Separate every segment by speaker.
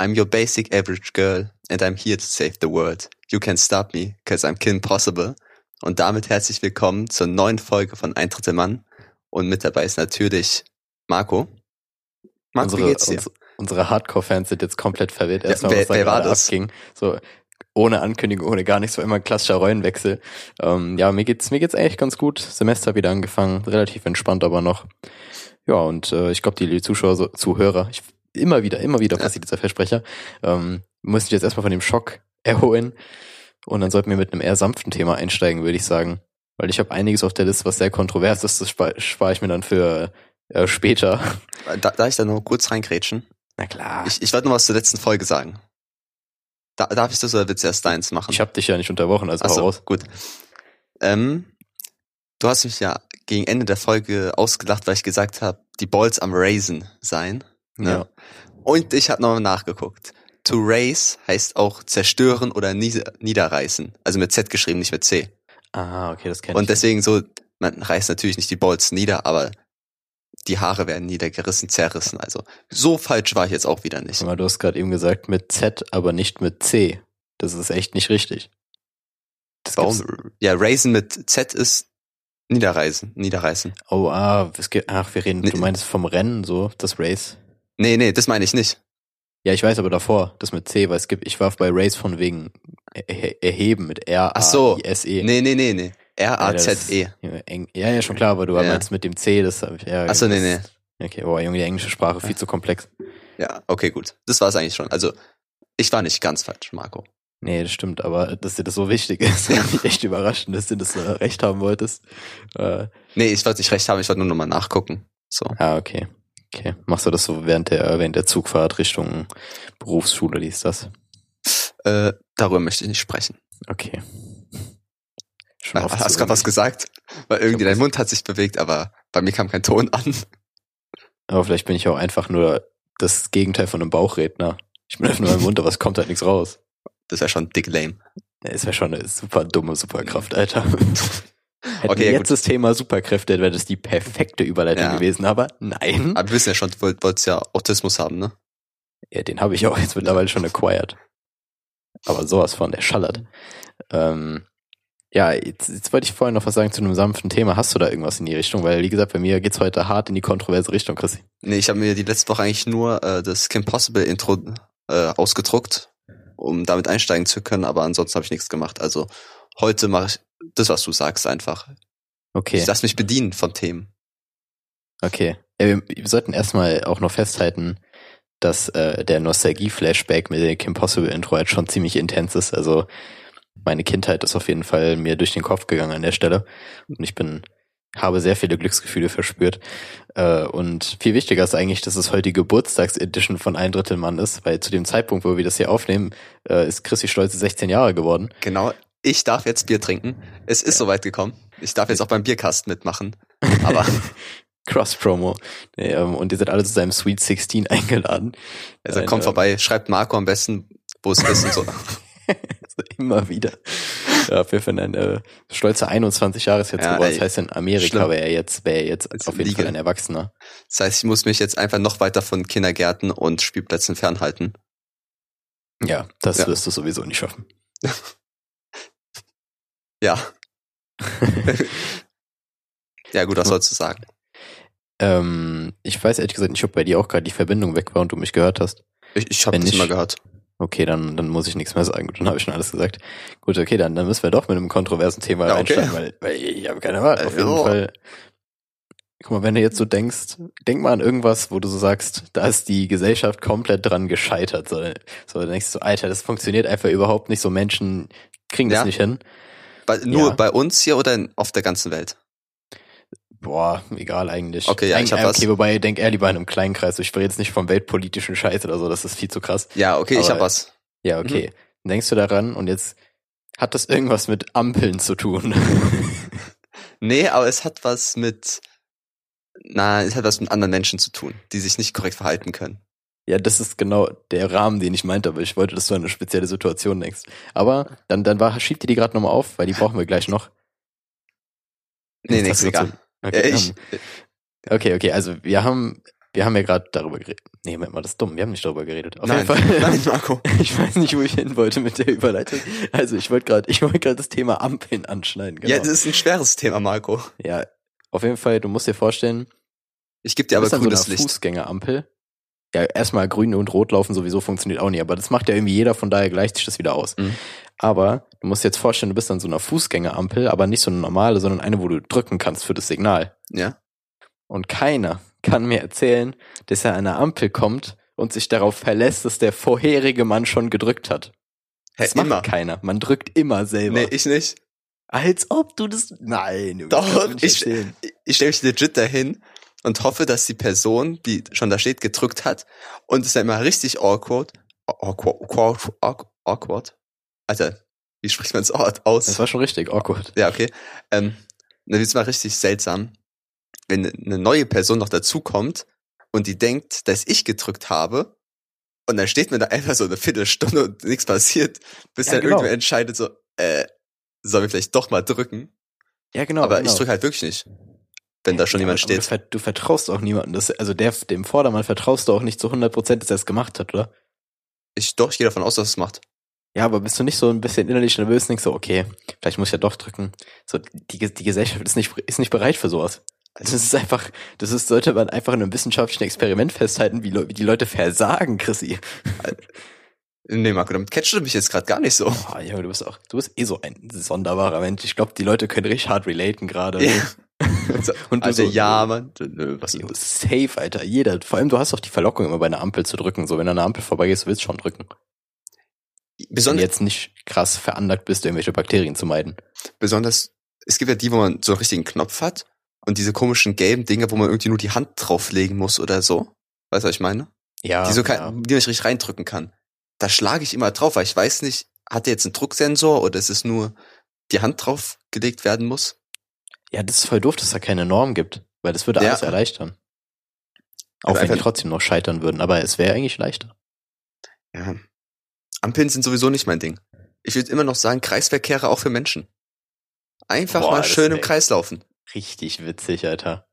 Speaker 1: I'm your basic average girl and I'm here to save the world. You can stop me, cause I'm Kim Possible. Und damit herzlich willkommen zur neuen Folge von Ein Drittel Mann. Und mit dabei ist natürlich Marco. Marco,
Speaker 2: unsere,
Speaker 1: wie geht's dir?
Speaker 2: uns- Unsere Hardcore-Fans sind jetzt komplett verwirrt.
Speaker 1: Ja,
Speaker 2: Erstmal,
Speaker 1: wer-
Speaker 2: was da
Speaker 1: wer war
Speaker 2: gerade
Speaker 1: das?
Speaker 2: abging. So, ohne Ankündigung, ohne gar nichts, war immer ein klassischer Rollenwechsel. Ähm, ja, mir geht's, mir geht's eigentlich ganz gut. Semester wieder angefangen, relativ entspannt aber noch. Ja, und äh, ich glaube, die Zuschauer, so, Zuhörer, ich, immer wieder, immer wieder
Speaker 1: Ja.
Speaker 2: passiert dieser Versprecher, ähm, müssen sich jetzt erstmal von dem Schock erholen. Und dann sollten wir mit einem eher sanften Thema einsteigen, würde ich sagen. Weil ich habe einiges auf der Liste, was sehr kontrovers ist. Das spare spar ich mir dann für äh, später.
Speaker 1: Da, darf ich da noch kurz reingrätschen?
Speaker 2: Na klar.
Speaker 1: Ich, ich wollte noch was zur letzten Folge sagen. Da, darf ich das oder willst du erst deins machen?
Speaker 2: Ich habe dich ja nicht unterbrochen, also hau
Speaker 1: Achso,
Speaker 2: raus.
Speaker 1: gut. Ähm, du hast mich ja gegen Ende der Folge ausgelacht, weil ich gesagt habe, die Balls am Raisen sein. Ne?
Speaker 2: Ja.
Speaker 1: Und ich habe nochmal nachgeguckt. To raise heißt auch zerstören oder nie- niederreißen. Also mit Z geschrieben, nicht mit C.
Speaker 2: Ah, okay, das kenn
Speaker 1: Und
Speaker 2: ich.
Speaker 1: deswegen so, man reißt natürlich nicht die Bolts nieder, aber die Haare werden niedergerissen, zerrissen. Also so falsch war ich jetzt auch wieder nicht.
Speaker 2: Aber du hast gerade eben gesagt mit Z, aber nicht mit C. Das ist echt nicht richtig. Das
Speaker 1: Warum?
Speaker 2: gibt's-
Speaker 1: Ja, raisen mit Z ist niederreißen, niederreißen.
Speaker 2: Oh, ah, es gibt, ach, wir reden,
Speaker 1: Nee.
Speaker 2: du meinst vom Rennen so, das Race.
Speaker 1: Nee, nee, das meine ich nicht.
Speaker 2: Ja, ich weiß aber davor, das mit C, weil es gibt, ich warf bei Race von wegen er erheben mit R A
Speaker 1: Ach so.
Speaker 2: I S E.
Speaker 1: Nee, nee, nee, nee.
Speaker 2: Ja, das-
Speaker 1: R-A-Z-E.
Speaker 2: Ja, eng- ja, ja, schon klar, aber du
Speaker 1: Ja.
Speaker 2: meinst mit dem C, das habe ich ja.
Speaker 1: Ach so, nee, nee.
Speaker 2: das- Okay, boah, Junge, die englische Sprache viel zu komplex.
Speaker 1: Ja, okay, gut. Das war es eigentlich schon. Also, ich war nicht ganz falsch, Marco.
Speaker 2: Nee, das stimmt, aber dass dir das so wichtig ist, hat mich echt überraschend, dass du das äh, recht haben wolltest. Äh,
Speaker 1: Nee, ich wollte nicht recht haben, ich wollte nur nochmal nachgucken. So.
Speaker 2: ah, okay. Okay. Machst du das so während der, während der Zugfahrt Richtung Berufsschule, liest das?
Speaker 1: Äh, darüber möchte ich nicht sprechen.
Speaker 2: Okay. Schon oft
Speaker 1: Hast
Speaker 2: so
Speaker 1: gerade was
Speaker 2: irgendwie.
Speaker 1: gesagt? Weil irgendwie
Speaker 2: hab
Speaker 1: dein
Speaker 2: was-
Speaker 1: Mund hat sich bewegt, aber bei mir kam kein Ton an.
Speaker 2: Aber vielleicht bin ich auch einfach nur das Gegenteil von einem Bauchredner. Ich bin einfach nur im Mund, aber es kommt halt nichts raus.
Speaker 1: Das wäre schon dick lame.
Speaker 2: Ja, Ist ja schon eine super dumme Superkraft, Alter. Hätten
Speaker 1: Okay,
Speaker 2: okay,
Speaker 1: ja, gut.
Speaker 2: wir jetzt das Thema Superkräfte, wäre das die perfekte Überleitung
Speaker 1: Ja.
Speaker 2: gewesen, aber nein.
Speaker 1: Aber wir wissen ja schon, du wollt- wolltest ja Autismus haben, ne?
Speaker 2: Ja, den habe ich auch jetzt mittlerweile schon acquired. Aber sowas von, der schallert. Ähm, ja, jetzt, jetzt wollte ich vorhin noch was sagen zu einem sanften Thema. Hast du da irgendwas in die Richtung? Weil, wie gesagt, bei mir geht's heute hart in die kontroverse Richtung, Chrissy.
Speaker 1: Nee, ich habe mir die letzte Woche eigentlich nur äh, das Kim Possible Intro äh, ausgedruckt, um damit einsteigen zu können, aber ansonsten habe ich nichts gemacht. Also heute mache ich das, was du sagst, einfach.
Speaker 2: Okay,
Speaker 1: Ich lass mich bedienen von Themen.
Speaker 2: okay. Ja, wir, wir sollten erstmal auch noch festhalten, dass äh, der Nostalgie-Flashback mit dem Kim Possible-Intro halt schon ziemlich intens ist. Also meine Kindheit ist auf jeden Fall mir durch den Kopf gegangen an der Stelle. Und ich bin, habe sehr viele Glücksgefühle verspürt. Äh, und viel wichtiger ist eigentlich, dass es heute die Geburtstagsedition von Ein Drittel Mann ist, weil zu dem Zeitpunkt, wo wir das hier aufnehmen, äh, ist Chrissy Stolze 16 Jahre geworden.
Speaker 1: Genau. Ich darf jetzt Bier trinken. Es ist soweit gekommen. Ich darf jetzt auch beim Bierkasten mitmachen. Aber
Speaker 2: Cross-Promo. Nee, ähm, und ihr seid alle zu seinem Sweet 16 eingeladen.
Speaker 1: also
Speaker 2: Ein,
Speaker 1: kommt
Speaker 2: ähm,
Speaker 1: vorbei, schreibt Marco am besten, wo es ist und so.
Speaker 2: Also immer wieder. Ja, auf jeden Fall ein äh, stolzer 21 Jahre ist jetzt
Speaker 1: Ja,
Speaker 2: geworden.
Speaker 1: ey.
Speaker 2: Das heißt, in Amerika
Speaker 1: Schlimm.
Speaker 2: wäre er jetzt, wäre er jetzt
Speaker 1: Ist
Speaker 2: auf jeden
Speaker 1: Liege.
Speaker 2: Fall ein Erwachsener.
Speaker 1: Das heißt, ich muss mich jetzt einfach noch weiter von Kindergärten und Spielplätzen fernhalten.
Speaker 2: Ja, das
Speaker 1: Ja.
Speaker 2: wirst du sowieso nicht schaffen.
Speaker 1: Ja. ja, gut, was sollst du sagen?
Speaker 2: Ähm, ich weiß ehrlich gesagt nicht, ob bei dir auch gerade die Verbindung weg war und du mich gehört hast.
Speaker 1: Ich, ich habe
Speaker 2: Wenn
Speaker 1: das
Speaker 2: nicht-
Speaker 1: immer gehört.
Speaker 2: Okay, dann, dann muss ich nichts mehr sagen. Gut, dann habe ich schon alles gesagt. Gut, okay, dann, dann müssen wir doch mit einem kontroversen Thema
Speaker 1: Ja, okay.
Speaker 2: einsteigen, weil, weil ich habe keine Wahl. Auf
Speaker 1: Äh,
Speaker 2: jeden
Speaker 1: ja.
Speaker 2: Fall. Guck mal, wenn du jetzt so denkst, denk mal an irgendwas, wo du so sagst, da ist die Gesellschaft komplett dran gescheitert. So, so dann denkst du, so, Alter, das funktioniert einfach überhaupt nicht. So Menschen kriegen das
Speaker 1: Ja.
Speaker 2: nicht hin.
Speaker 1: Bei, nur
Speaker 2: Ja.
Speaker 1: bei uns hier oder in, auf der ganzen Welt?
Speaker 2: Boah, egal eigentlich.
Speaker 1: Okay, ja, ich
Speaker 2: Eigentlich-
Speaker 1: hab was.
Speaker 2: Okay, wobei, ich denk eher lieber in einem kleinen Kreis. Ich rede jetzt nicht vom weltpolitischen Scheiß oder so, das ist viel zu krass.
Speaker 1: Ja, okay, ich
Speaker 2: Aber-
Speaker 1: hab was.
Speaker 2: Ja, okay. Dann denkst du daran und jetzt hat das irgendwas mit Ampeln zu tun.
Speaker 1: Nee, aber es hat was mit. Na, es hat was mit anderen Menschen zu tun, die sich nicht korrekt verhalten können.
Speaker 2: ja, das ist genau der Rahmen, den ich meinte, aber ich wollte, dass du an eine spezielle Situation denkst. Aber dann, dann war, schieb dir die gerade nochmal auf, weil die brauchen wir gleich noch.
Speaker 1: Nee,
Speaker 2: Jetzt
Speaker 1: nee,
Speaker 2: hast
Speaker 1: ist
Speaker 2: du
Speaker 1: egal.
Speaker 2: dazu- Okay,
Speaker 1: ja, ich,
Speaker 2: ähm, okay, okay, also wir haben, wir haben ja gerade darüber geredet. Nee, Moment mal, das ist dumm. Wir haben nicht darüber geredet. Auf
Speaker 1: nein,
Speaker 2: jeden Fall.
Speaker 1: nein, Marco.
Speaker 2: Ich weiß nicht, wo ich hin wollte mit der Überleitung. Also ich wollte gerade, ich wollte gerade das Thema Ampeln anschneiden. Genau.
Speaker 1: Ja, das ist ein schweres Thema, Marco.
Speaker 2: ja, auf jeden Fall. Du musst dir vorstellen,
Speaker 1: Ich gebe dir
Speaker 2: Du
Speaker 1: aber
Speaker 2: bist an so
Speaker 1: grünes
Speaker 2: einer
Speaker 1: Licht.
Speaker 2: Fußgängerampel. Ja, erstmal grün und rot laufen sowieso funktioniert auch nicht, aber das macht ja irgendwie jeder, von daher gleicht sich das wieder aus.
Speaker 1: Mhm.
Speaker 2: Aber du musst dir jetzt vorstellen, du bist an so einer Fußgängerampel, aber nicht so eine normale, sondern eine, wo du drücken kannst für das Signal.
Speaker 1: Ja.
Speaker 2: Und keiner kann mir erzählen, dass er an einer Ampel kommt und sich darauf verlässt, dass der vorherige Mann schon gedrückt hat.
Speaker 1: Hey,
Speaker 2: Das macht
Speaker 1: immer.
Speaker 2: keiner. Man drückt immer selber.
Speaker 1: Nee, ich nicht.
Speaker 2: Als ob du das. Nein, du
Speaker 1: Doch,
Speaker 2: kannst das nicht
Speaker 1: ich-
Speaker 2: verstehen.
Speaker 1: ich stelle mich legit dahin und hoffe, dass die Person, die schon da steht, gedrückt hat. Und es ist dann immer richtig awkward. Awkward. Awkward. awk- awkward. Alter, wie spricht man das Wort
Speaker 2: Das
Speaker 1: aus?
Speaker 2: war schon richtig awkward.
Speaker 1: Ja, okay. Ähm, dann wird's mal richtig seltsam, wenn eine neue Person noch dazukommt und die denkt, dass ich gedrückt habe. Und dann steht mir da einfach so eine Viertelstunde und nichts passiert, bis
Speaker 2: Ja,
Speaker 1: dann
Speaker 2: genau.
Speaker 1: irgendwer entscheidet so, äh, sollen wir vielleicht doch mal drücken?
Speaker 2: Ja, genau.
Speaker 1: aber
Speaker 2: genau.
Speaker 1: ich drücke halt wirklich nicht, wenn da schon
Speaker 2: Ja,
Speaker 1: jemand
Speaker 2: aber- aber
Speaker 1: steht.
Speaker 2: Du, ver du vertraust auch niemandem. Das, also der, dem Vordermann vertraust du auch nicht zu 100 Prozent, dass er es gemacht hat, oder?
Speaker 1: Ich doch, ich gehe davon aus, dass es macht.
Speaker 2: Ja, aber bist du nicht so ein bisschen innerlich nervös und denkst so, okay, vielleicht muss ich ja doch drücken. So, die, Ge- die Gesellschaft ist nicht, ist nicht bereit für sowas.
Speaker 1: Also
Speaker 2: Das ist einfach, das ist, sollte man einfach in einem wissenschaftlichen Experiment festhalten, wie, Leu wie die Leute versagen, Chrissy.
Speaker 1: Nee, Marco, damit catchst du mich jetzt gerade gar nicht so.
Speaker 2: Oh, Junge, du bist auch, du bist eh so ein sonderbarer Mensch. Ich glaube, die Leute können richtig hart relaten gerade.
Speaker 1: Ja.
Speaker 2: Und du
Speaker 1: Alter, also,
Speaker 2: so- äh,
Speaker 1: ja, Mann. Nö, was
Speaker 2: Jo, Safe, Alter, jeder. Vor allem, du hast doch die Verlockung, immer bei einer Ampel zu drücken. So, wenn du an einer Ampel vorbeigehst, willst du schon drücken. Wenn du
Speaker 1: Besonders,
Speaker 2: jetzt nicht krass veranlagt bist, irgendwelche Bakterien zu meiden.
Speaker 1: besonders, es gibt ja die, wo man so einen richtigen Knopf hat und diese komischen gelben Dinger, wo man irgendwie nur die Hand drauflegen muss oder so. Weißt du, was ich meine?
Speaker 2: Ja,
Speaker 1: die so kein,
Speaker 2: ja.
Speaker 1: die man nicht richtig reindrücken kann. Da schlage ich immer drauf, weil ich weiß nicht, hat der jetzt einen Drucksensor oder ist es nur die Hand draufgelegt werden muss?
Speaker 2: ja, das ist voll doof, dass da keine Norm gibt, weil das würde
Speaker 1: Ja.
Speaker 2: alles erleichtern. Auch
Speaker 1: Also
Speaker 2: wenn die
Speaker 1: einfach-
Speaker 2: trotzdem noch scheitern würden, aber es wäre eigentlich leichter.
Speaker 1: Ja. Ampeln sind sowieso nicht mein Ding. Ich würde immer noch sagen, Kreisverkehre auch für Menschen. Einfach
Speaker 2: Boah,
Speaker 1: mal
Speaker 2: das
Speaker 1: schön
Speaker 2: wär-
Speaker 1: im Kreis laufen.
Speaker 2: Richtig witzig, Alter.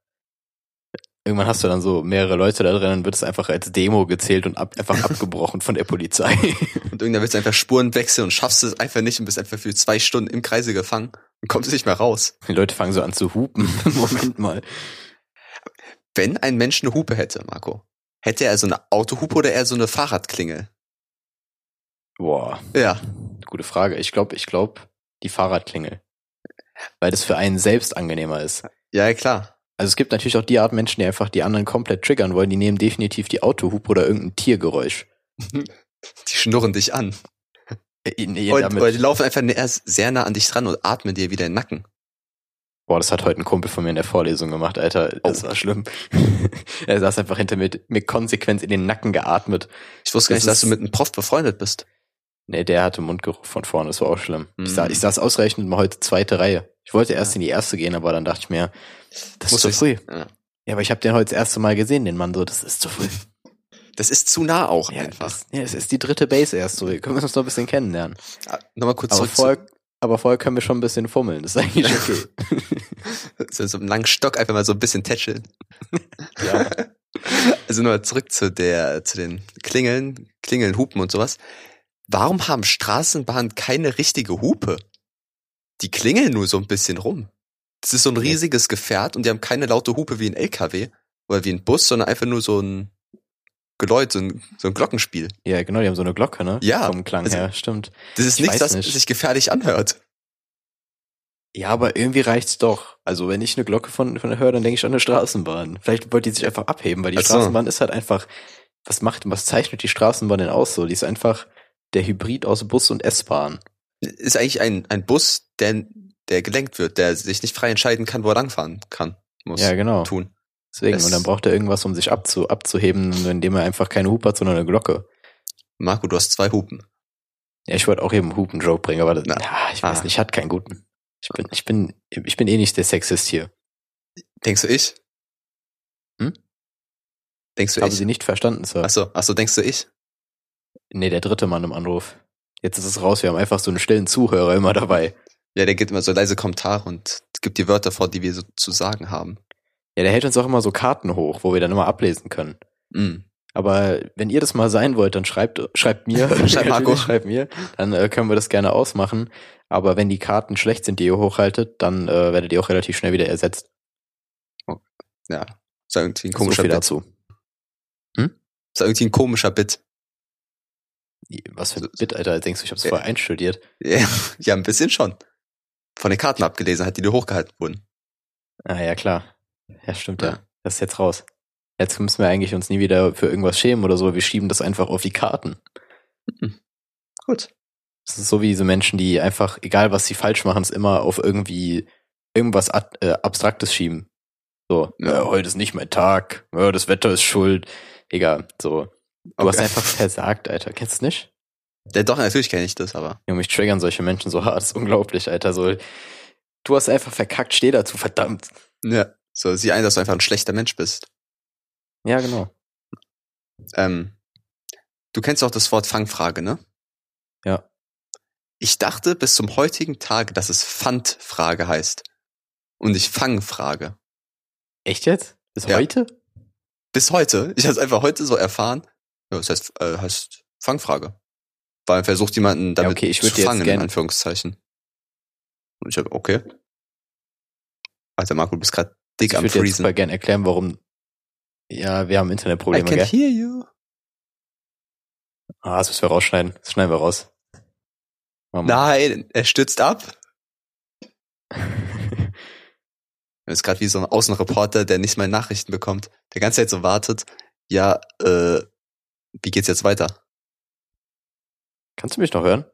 Speaker 2: Irgendwann hast du dann so mehrere Leute da drin, dann wird es einfach als Demo gezählt und ab, einfach abgebrochen von der Polizei.
Speaker 1: Und irgendwann willst du einfach Spuren wechseln und schaffst es einfach nicht und bist einfach für zwei Stunden im Kreise gefangen und kommst nicht mehr raus.
Speaker 2: Die Leute fangen so an zu hupen. Moment mal.
Speaker 1: Wenn ein Mensch eine Hupe hätte, Marco, hätte er so eine Autohupe oder eher so eine Fahrradklingel?
Speaker 2: Boah.
Speaker 1: Ja.
Speaker 2: Gute Frage. Ich glaube, ich glaube, die Fahrradklingel. Weil das für einen selbst angenehmer ist.
Speaker 1: Ja, klar.
Speaker 2: Also es gibt natürlich auch die Art Menschen, die einfach die anderen komplett triggern wollen. Die nehmen definitiv die Autohupe oder irgendein Tiergeräusch.
Speaker 1: Die schnurren dich an.
Speaker 2: Äh, nee,
Speaker 1: Oder,
Speaker 2: damit-
Speaker 1: oder die laufen einfach näher, sehr nah an dich dran und atmen dir wieder in den Nacken.
Speaker 2: Boah, das hat heute ein Kumpel von mir in der Vorlesung gemacht, Alter. Das
Speaker 1: Oh.
Speaker 2: war schlimm. er saß einfach hinter mir, mir konsequent in den Nacken geatmet.
Speaker 1: Ich wusste gar
Speaker 2: Das
Speaker 1: nicht, dass du
Speaker 2: ist-
Speaker 1: mit einem Prof befreundet bist.
Speaker 2: Nee, der hatte Mundgeruch von vorne, das war auch schlimm.
Speaker 1: Mm.
Speaker 2: Ich, saß, ich saß ausreichend mal heute zweite Reihe. Ich wollte erst in die erste gehen, aber dann dachte ich mir, das
Speaker 1: Muss
Speaker 2: ist zu
Speaker 1: ich-
Speaker 2: früh.
Speaker 1: ja.
Speaker 2: Ja, aber ich habe den heute das erste Mal gesehen, den Mann, so, das ist zu früh.
Speaker 1: Das ist zu nah auch
Speaker 2: Ja,
Speaker 1: einfach.
Speaker 2: Das, ja, es ist die dritte Base erst so. Wir können uns noch ein bisschen kennenlernen.
Speaker 1: Ah, Nochmal kurz
Speaker 2: Aber
Speaker 1: zurück
Speaker 2: vorher, aber vorher können wir schon ein bisschen fummeln. Das ist eigentlich okay.
Speaker 1: zu so, so einem langen Stock einfach mal so ein bisschen tätscheln.
Speaker 2: ja.
Speaker 1: Also nur zurück zu der, zu den Klingeln, Klingeln, Hupen und sowas. Warum haben Straßenbahnen keine richtige Hupe? Die klingeln nur so ein bisschen rum. Das ist so ein riesiges Gefährt und die haben keine laute Hupe wie ein LKW oder wie ein Bus, sondern einfach nur so ein Geläut, so ein, so ein Glockenspiel.
Speaker 2: ja, genau, die haben so eine Glocke, ne?
Speaker 1: Ja,
Speaker 2: Vom Klang
Speaker 1: also-
Speaker 2: her, stimmt.
Speaker 1: Das ist
Speaker 2: Ich
Speaker 1: nichts,
Speaker 2: weiß
Speaker 1: das
Speaker 2: nicht.
Speaker 1: sich gefährlich anhört.
Speaker 2: Ja, aber irgendwie reicht's doch. Also wenn ich eine Glocke von, von höre, dann denke ich an eine Straßenbahn. Vielleicht wollte die sich einfach abheben, weil die
Speaker 1: Ach so.
Speaker 2: Straßenbahn ist halt einfach, was macht, was zeichnet die Straßenbahn denn aus so? Die ist einfach der Hybrid aus Bus und S-Bahn.
Speaker 1: Ist eigentlich ein, ein Bus, der, der gelenkt wird, der sich nicht frei entscheiden kann, wo er langfahren kann, muss
Speaker 2: Ja, genau.
Speaker 1: tun.
Speaker 2: Deswegen,
Speaker 1: Es-
Speaker 2: und dann braucht er irgendwas, um sich abzu, abzuheben, indem er einfach keine Hupe hat, sondern eine Glocke.
Speaker 1: Marco, du hast zwei Hupen.
Speaker 2: Ja, ich wollte auch eben einen Hupen-Joke bringen, aber das,
Speaker 1: Na,
Speaker 2: ja, ich weiß
Speaker 1: ah.
Speaker 2: nicht, ich hatte keinen guten. Ich bin, ich bin, ich bin eh nicht der Sexist hier.
Speaker 1: Denkst du ich?
Speaker 2: Hm?
Speaker 1: Denkst du
Speaker 2: Haben
Speaker 1: ich?
Speaker 2: Sie nicht verstanden, Sir?
Speaker 1: Achso, achso, denkst du ich?
Speaker 2: Nee, der dritte Mann im Anruf. Jetzt ist es raus, wir haben einfach so einen stillen Zuhörer immer dabei.
Speaker 1: Ja, der gibt immer so leise Kommentare und gibt die Wörter vor, die wir so zu sagen haben.
Speaker 2: Ja, der hält uns auch immer so Karten hoch, wo wir dann immer ablesen können.
Speaker 1: Mm.
Speaker 2: Aber wenn ihr das mal sein wollt, dann schreibt, schreibt mir,
Speaker 1: Schreibt Marco.
Speaker 2: schreibt mir, dann äh, können wir das gerne ausmachen. Aber wenn die Karten schlecht sind, die ihr hochhaltet, dann äh, werdet ihr auch relativ schnell wieder ersetzt.
Speaker 1: Ja. Ist irgendwie ein
Speaker 2: So
Speaker 1: komischer
Speaker 2: viel
Speaker 1: Bit.
Speaker 2: dazu.
Speaker 1: Ist irgendwie ein komischer Bit.
Speaker 2: Was für ein Bit, Alter, denkst du, ich hab's
Speaker 1: Ja.
Speaker 2: vorher einstudiert.
Speaker 1: Ja, ja, ein bisschen schon. Von den Karten abgelesen hat, die dir hochgehalten wurden.
Speaker 2: Ah ja, klar. Ja, stimmt
Speaker 1: Ja.
Speaker 2: ja. Das ist jetzt raus. Jetzt müssen wir eigentlich uns nie wieder für irgendwas schämen oder so. Wir schieben das einfach auf die Karten.
Speaker 1: Gut.
Speaker 2: Es ist so wie diese Menschen, die einfach, egal was sie falsch machen, es immer auf irgendwie irgendwas ad, äh, Abstraktes schieben. So,
Speaker 1: Ja.
Speaker 2: äh, heute ist nicht mein Tag, äh, das Wetter ist schuld. Egal, so. Du hast einfach versagt, Alter. Kennst du nicht?
Speaker 1: Ja, doch, natürlich kenne ich das, aber.
Speaker 2: Junge, mich triggern solche Menschen so hart. Das ist unglaublich, Alter. So, du hast einfach verkackt, steh dazu, verdammt.
Speaker 1: Ja. So, sieh ein, dass du einfach ein schlechter Mensch bist.
Speaker 2: Ja, genau.
Speaker 1: Ähm, du kennst auch das Wort Fangfrage, ne?
Speaker 2: Ja.
Speaker 1: Ich dachte bis zum heutigen Tage, dass es Pfandfrage heißt. Und nicht Fangfrage.
Speaker 2: Echt jetzt? Bis
Speaker 1: Ja.
Speaker 2: heute?
Speaker 1: Bis heute. Ich habe es einfach heute so erfahren. Ja, es heißt, äh, heißt Fangfrage. Weil man versucht, jemanden damit
Speaker 2: okay, ich würd
Speaker 1: zu
Speaker 2: dir jetzt
Speaker 1: fangen, ne? in
Speaker 2: gern-
Speaker 1: Anführungszeichen. Und ich habe, okay. Alter, Marco, du bist gerade dick
Speaker 2: Ich
Speaker 1: am
Speaker 2: würde dir jetzt
Speaker 1: Freezen.
Speaker 2: super gerne erklären, warum. Ja, wir haben
Speaker 1: I
Speaker 2: Internetprobleme,
Speaker 1: can
Speaker 2: gell?
Speaker 1: hear you.
Speaker 2: Ah, das müssen wir rausschneiden. Das schneiden wir raus. Machen wir.
Speaker 1: Nein, er stürzt ab. Das ist gerade wie so ein Außenreporter, der nicht mal Nachrichten bekommt. Der ganze Zeit so wartet. Ja, äh, wie geht's jetzt weiter?
Speaker 2: Kannst du mich noch hören?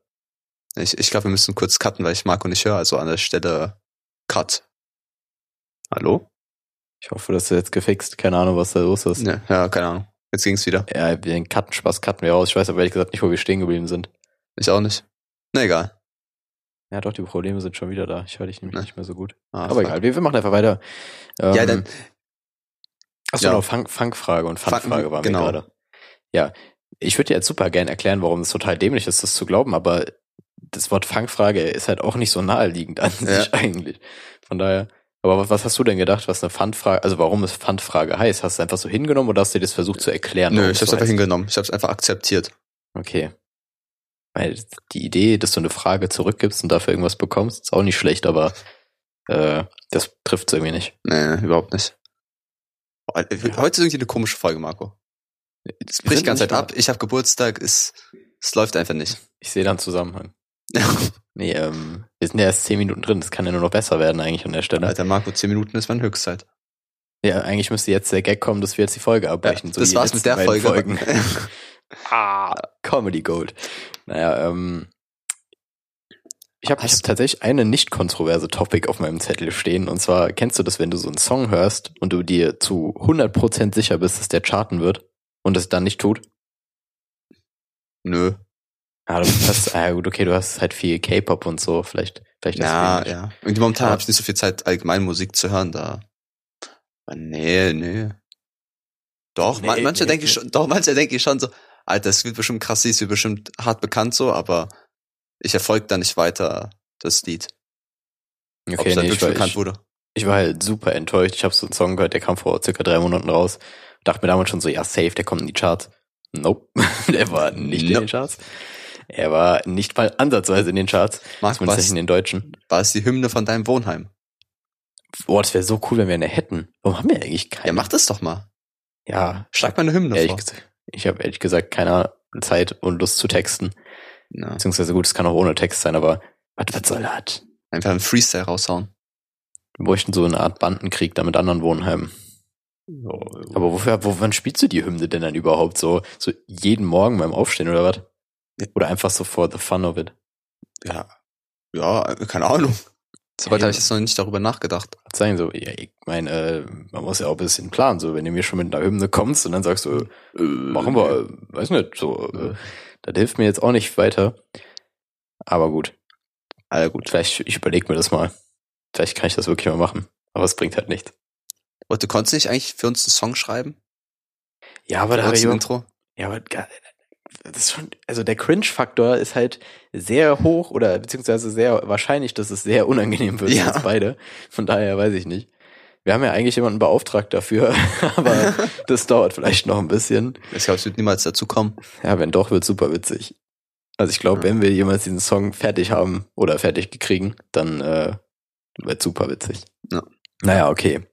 Speaker 1: Ich, ich glaube, wir müssen kurz cutten, weil ich Marco nicht höre. Also an der Stelle Cut. Hallo?
Speaker 2: Ich hoffe, das ist jetzt gefixt. Keine Ahnung, was da los ist.
Speaker 1: Ne, ja, keine Ahnung. Jetzt ging's wieder.
Speaker 2: Ja, den Kattenspaß cutten wir raus. Ich weiß aber ehrlich gesagt nicht, wo wir stehen geblieben sind.
Speaker 1: Ich auch nicht. Na egal.
Speaker 2: Ja, doch, die Probleme sind schon wieder da. Ich höre dich nämlich
Speaker 1: Ja.
Speaker 2: nicht mehr so gut.
Speaker 1: Ah,
Speaker 2: aber
Speaker 1: fuck.
Speaker 2: egal, wir, wir machen einfach weiter. Ähm,
Speaker 1: Ja, dann,
Speaker 2: Achso,
Speaker 1: ja.
Speaker 2: genau, Funk, Funkfrage und
Speaker 1: Funk-
Speaker 2: Funkfrage waren
Speaker 1: genau.
Speaker 2: wir gerade. Ja, ich würde dir jetzt super gern erklären, warum es total dämlich ist, das zu glauben, aber das Wort Fangfrage ist halt auch nicht so naheliegend an
Speaker 1: Ja.
Speaker 2: sich eigentlich. Von daher, aber was, was hast du denn gedacht, was eine Pfandfrage, also warum es Pfandfrage heißt? Hast du einfach so hingenommen oder hast du dir das versucht zu erklären?
Speaker 1: nö,
Speaker 2: warum
Speaker 1: ich
Speaker 2: es
Speaker 1: hab's
Speaker 2: so
Speaker 1: einfach
Speaker 2: heißt?
Speaker 1: hingenommen. Ich hab's einfach akzeptiert.
Speaker 2: Okay. Weil die Idee, dass du eine Frage zurückgibst und dafür irgendwas bekommst, ist auch nicht schlecht, aber äh, das trifft's irgendwie nicht.
Speaker 1: Nee, nee, überhaupt nicht. äh, Heute ist irgendwie eine komische Folge, Marco.
Speaker 2: Es
Speaker 1: Brich die ganze Zeit halt ab. Ich habe Geburtstag. Es, es läuft einfach nicht.
Speaker 2: Ich sehe da einen Zusammenhang. Nee, ähm, wir sind ja erst zehn Minuten drin, das kann ja nur noch besser werden eigentlich an der Stelle.
Speaker 1: Alter, Marco, 10 Minuten ist meine Höchstzeit.
Speaker 2: Ja, eigentlich müsste jetzt der Gag kommen, dass wir jetzt die Folge abbrechen.
Speaker 1: das
Speaker 2: die
Speaker 1: war's mit
Speaker 2: letzten
Speaker 1: der
Speaker 2: beiden
Speaker 1: Folge.
Speaker 2: Folgen. ah, Comedy Gold. Naja, ähm, ich habe hab tatsächlich eine nicht kontroverse Topic auf meinem Zettel stehen. Und zwar, kennst du das, wenn du so einen Song hörst und du dir zu 100% sicher bist, dass der charten wird und es dann nicht tut?
Speaker 1: Nö.
Speaker 2: Ah, du hast, ah, gut, okay, du hast halt viel K-Pop und so, vielleicht, vielleicht
Speaker 1: Ja,
Speaker 2: deswegen.
Speaker 1: ja. Und momentan
Speaker 2: Aber-
Speaker 1: habe ich nicht so viel Zeit, allgemein Musik zu hören, da. Aber nee, nee. Doch,
Speaker 2: Nee,
Speaker 1: man, manche
Speaker 2: nee,
Speaker 1: denke ich
Speaker 2: nee.
Speaker 1: schon, doch, manche denke ich schon so, Alter, es wird bestimmt krass, es wird bestimmt hart bekannt so, aber ich erfolge da nicht weiter das Lied. Ob
Speaker 2: Okay,
Speaker 1: es dann
Speaker 2: nee,
Speaker 1: wirklich
Speaker 2: ich, war-
Speaker 1: bekannt
Speaker 2: ich,
Speaker 1: wurde.
Speaker 2: ich war halt super enttäuscht. Ich habe so einen Song gehört, der kam vor circa drei Monaten raus. Dachte mir damals schon so, ja, safe, der kommt in die Charts. Nope, der war nicht in
Speaker 1: Nope.
Speaker 2: den Charts. Er war nicht mal ansatzweise in den Charts,
Speaker 1: Marc,
Speaker 2: zumindest nicht
Speaker 1: was,
Speaker 2: in den deutschen.
Speaker 1: war es die Hymne von deinem Wohnheim?
Speaker 2: Boah, das wäre so cool, wenn wir eine hätten. Warum haben wir eigentlich keine?
Speaker 1: Ja, mach das doch mal.
Speaker 2: ja
Speaker 1: Schlag mal eine Hymne
Speaker 2: ehrlich
Speaker 1: vor.
Speaker 2: gesagt, ich habe ehrlich gesagt keine Zeit und Lust zu texten.
Speaker 1: Ja.
Speaker 2: Beziehungsweise gut, es kann auch ohne Text sein, aber was, was soll das?
Speaker 1: Einfach einen Freestyle raushauen.
Speaker 2: Wir bräuchten so eine Art Bandenkrieg da mit anderen Wohnheimen. Aber wofür, wo, wann spielst du die Hymne denn dann überhaupt so? So jeden Morgen beim Aufstehen oder was? Oder einfach so for the fun of it?
Speaker 1: ja. Ja, äh, keine Ahnung. Soweit
Speaker 2: Ja,
Speaker 1: habe ich jetzt noch nicht darüber nachgedacht.
Speaker 2: Was Sagen so, ja, ich meine, äh, man muss ja auch ein bisschen planen, so, wenn du mir schon mit einer Hymne kommst und dann sagst du, äh, machen wir, äh, weiß nicht, so, äh, das hilft mir jetzt auch nicht weiter. Aber gut,
Speaker 1: Alter, gut.
Speaker 2: vielleicht, ich überlege mir das mal. Vielleicht kann ich das wirklich mal machen. Aber es bringt halt nichts.
Speaker 1: Und du konntest nicht eigentlich für uns einen Song schreiben?
Speaker 2: Ja, aber
Speaker 1: Für uns ein
Speaker 2: ich
Speaker 1: Intro?
Speaker 2: Ja, aber ga- das ist schon, also der Cringe-Faktor ist halt sehr hoch oder beziehungsweise sehr wahrscheinlich, dass es sehr unangenehm wird für
Speaker 1: Ja.
Speaker 2: uns beide. Von daher weiß ich nicht. Wir haben ja eigentlich jemanden beauftragt dafür, aber das dauert vielleicht noch ein bisschen.
Speaker 1: Ich glaube, es wird niemals dazu kommen.
Speaker 2: Ja, wenn doch, wird super witzig. Also ich glaube, wenn wir jemals diesen Song fertig haben oder fertig gekriegen, dann äh, wird super witzig.
Speaker 1: Ja.
Speaker 2: Naja, okay.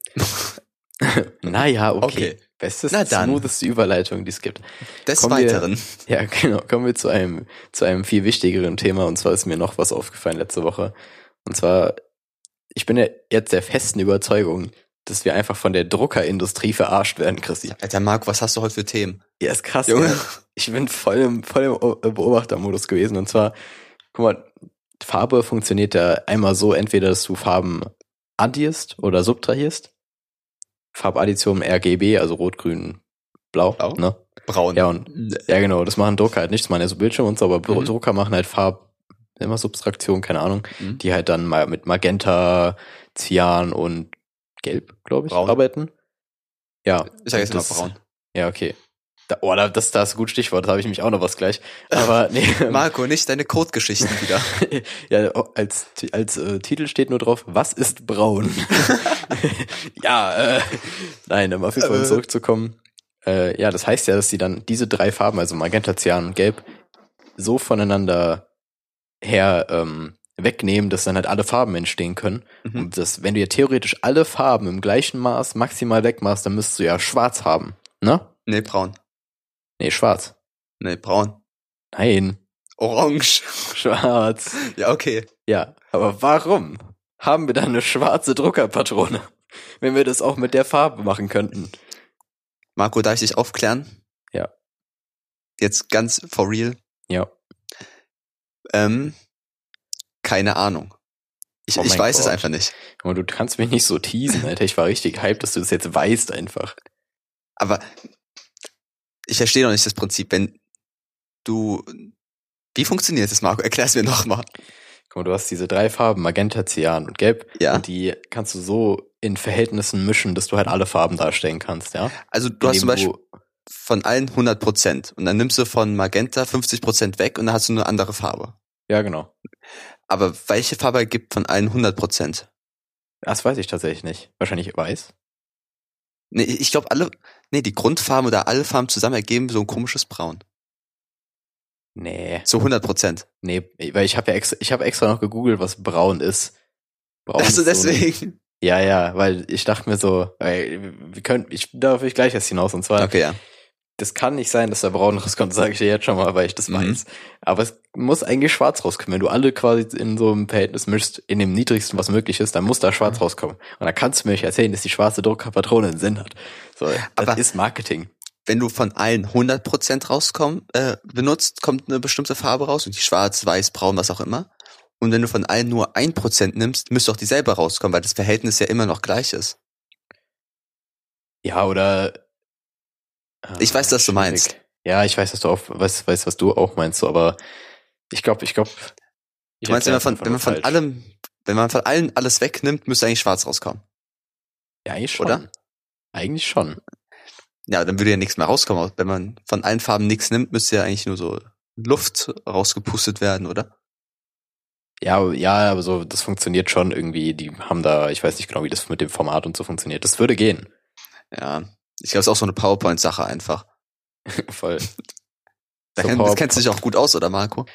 Speaker 2: naja, okay.
Speaker 1: Okay.
Speaker 2: Bestes,
Speaker 1: Na dann.
Speaker 2: smootheste Überleitung, die es gibt.
Speaker 1: Des
Speaker 2: Kommen wir-
Speaker 1: Weiteren.
Speaker 2: Ja, genau. Kommen wir zu einem, zu einem viel wichtigeren Thema. Und zwar ist mir noch was aufgefallen letzte Woche. Und zwar, ich bin ja jetzt der festen Überzeugung, dass wir einfach von der Druckerindustrie verarscht werden, Christi.
Speaker 1: Alter Marc, was hast du heute für Themen?
Speaker 2: Ja, ist krass.
Speaker 1: Junge.
Speaker 2: Junge. Ich bin voll im, voll im O- äh, Beobachtermodus gewesen. Und zwar, guck mal, Farbe funktioniert ja einmal so, entweder dass du Farben addierst oder subtrahierst. Farbaddition RGB, also rot, grün, blau.
Speaker 1: Blau.
Speaker 2: Ne?
Speaker 1: Braun. Hm?
Speaker 2: Ja, und ja, genau, das machen Drucker halt nicht. Das machen ja so Bildschirme und so, aber Dru-
Speaker 1: Mhm.
Speaker 2: Drucker machen halt Farb, immer Subtraktion, keine Ahnung,
Speaker 1: Mhm.
Speaker 2: die halt dann mal mit Magenta, Cyan und Gelb, glaube ich,
Speaker 1: Braun.
Speaker 2: arbeiten. Ja.
Speaker 1: Ich sage jetzt mal
Speaker 2: Das-
Speaker 1: braun.
Speaker 2: Ja, okay. Da, oh, da, das, das ist ein gutes Stichwort, da habe ich nämlich auch noch was gleich. Aber nee,
Speaker 1: Marco, nicht deine Code-Geschichten wieder.
Speaker 2: ja, oh, als, Ti- als äh, Titel steht nur drauf, was ist braun? ja, äh, nein, um auf jeden Fall
Speaker 1: Äh.
Speaker 2: zurückzukommen. Äh, ja, das heißt ja, dass sie dann diese drei Farben, also Magenta, Cyan und Gelb, so voneinander her ähm, wegnehmen, dass dann halt alle Farben entstehen können.
Speaker 1: Mhm.
Speaker 2: Und das, wenn du ja theoretisch alle Farben im gleichen Maß maximal wegmachst, dann müsstest du ja schwarz haben. Ne?
Speaker 1: Nee, braun.
Speaker 2: Nee, schwarz.
Speaker 1: Nee, braun.
Speaker 2: Nein,
Speaker 1: Orange.
Speaker 2: schwarz.
Speaker 1: Ja, okay.
Speaker 2: Ja, aber warum haben wir dann eine schwarze Druckerpatrone, wenn wir das auch mit der Farbe machen könnten?
Speaker 1: Marco, darf ich dich aufklären?
Speaker 2: Ja.
Speaker 1: Jetzt ganz for real.
Speaker 2: Ja.
Speaker 1: Ähm, keine Ahnung. Ich,
Speaker 2: Oh
Speaker 1: ich
Speaker 2: mein
Speaker 1: weiß es
Speaker 2: Gott.
Speaker 1: einfach nicht.
Speaker 2: Aber du kannst mich nicht so teasen, Alter. Ich war richtig hyped, dass du das jetzt weißt einfach.
Speaker 1: Aber ich verstehe noch nicht das Prinzip. Wenn du. Wie funktioniert das, Marco? Erklär's mir nochmal.
Speaker 2: Guck mal, du hast diese drei Farben, Magenta, Cyan und Gelb.
Speaker 1: Ja.
Speaker 2: Und die kannst du so in Verhältnissen mischen, dass du halt alle Farben darstellen kannst, ja?
Speaker 1: Also du hast
Speaker 2: Indem
Speaker 1: zum Beispiel von allen 100 Prozent und dann nimmst du von Magenta 50 Prozent weg und dann hast du eine andere Farbe.
Speaker 2: Ja, genau.
Speaker 1: Aber welche Farbe gibt von allen 100 Prozent?
Speaker 2: Das weiß ich tatsächlich nicht. Wahrscheinlich weiß.
Speaker 1: Nee, ich glaube alle, nee, die Grundfarben oder alle Farben zusammen ergeben so ein komisches Braun.
Speaker 2: Nee.
Speaker 1: So 100 Prozent.
Speaker 2: Nee, weil ich habe ja extra, ich habe extra noch gegoogelt, was braun ist. Braun
Speaker 1: Also
Speaker 2: ist so ein-
Speaker 1: deswegen.
Speaker 2: Ja, ja, weil ich dachte mir so, ey, wir können, ich darauf will ich gleich erst hinaus. Und zwar,
Speaker 1: Okay, ja.
Speaker 2: das kann nicht sein, dass da braun rauskommt, sage ich dir jetzt schon mal, weil ich das
Speaker 1: Mhm.
Speaker 2: weiß. Aber es muss eigentlich schwarz rauskommen. Wenn du alle quasi in so einem Verhältnis mischst, in dem niedrigsten, was möglich ist, dann muss da
Speaker 1: Mhm.
Speaker 2: schwarz rauskommen. Und dann kannst du mir nicht erzählen, dass die schwarze Druckerpatrone einen Sinn hat. So, das
Speaker 1: Aber-
Speaker 2: ist Marketing.
Speaker 1: Wenn du von allen 100 Prozent rauskommen, äh, benutzt, kommt eine bestimmte Farbe raus und die schwarz, weiß, braun, was auch immer. Und wenn du von allen nur 1% nimmst, müsste auch dieselbe rauskommen, weil das Verhältnis ja immer noch gleich ist.
Speaker 2: Ja, oder. Ah,
Speaker 1: Ich weiß, was du
Speaker 2: Schwierig.
Speaker 1: meinst.
Speaker 2: Ja, ich weiß, dass du auch, weiß, weiß, was du auch meinst, so, aber ich glaube, ich glaube.
Speaker 1: Du meinst, wenn man von, wenn man von allem, wenn man von allen alles wegnimmt, müsste eigentlich schwarz rauskommen.
Speaker 2: Ja, eigentlich schon.
Speaker 1: Oder?
Speaker 2: Eigentlich schon.
Speaker 1: Ja, dann würde ja nichts mehr rauskommen. Wenn man von allen Farben nichts nimmt, müsste ja eigentlich nur so Luft rausgepustet werden, oder?
Speaker 2: Ja, aber- ja, aber so, das funktioniert schon irgendwie. Die haben da, ich weiß nicht genau, wie das mit dem Format und so funktioniert. Das würde gehen.
Speaker 1: Ja. Ich glaube, es ist auch so eine PowerPoint-Sache einfach.
Speaker 2: Voll.
Speaker 1: Da
Speaker 2: So
Speaker 1: kenn, das
Speaker 2: PowerPoint-
Speaker 1: kennst du dich auch gut aus, oder Marco?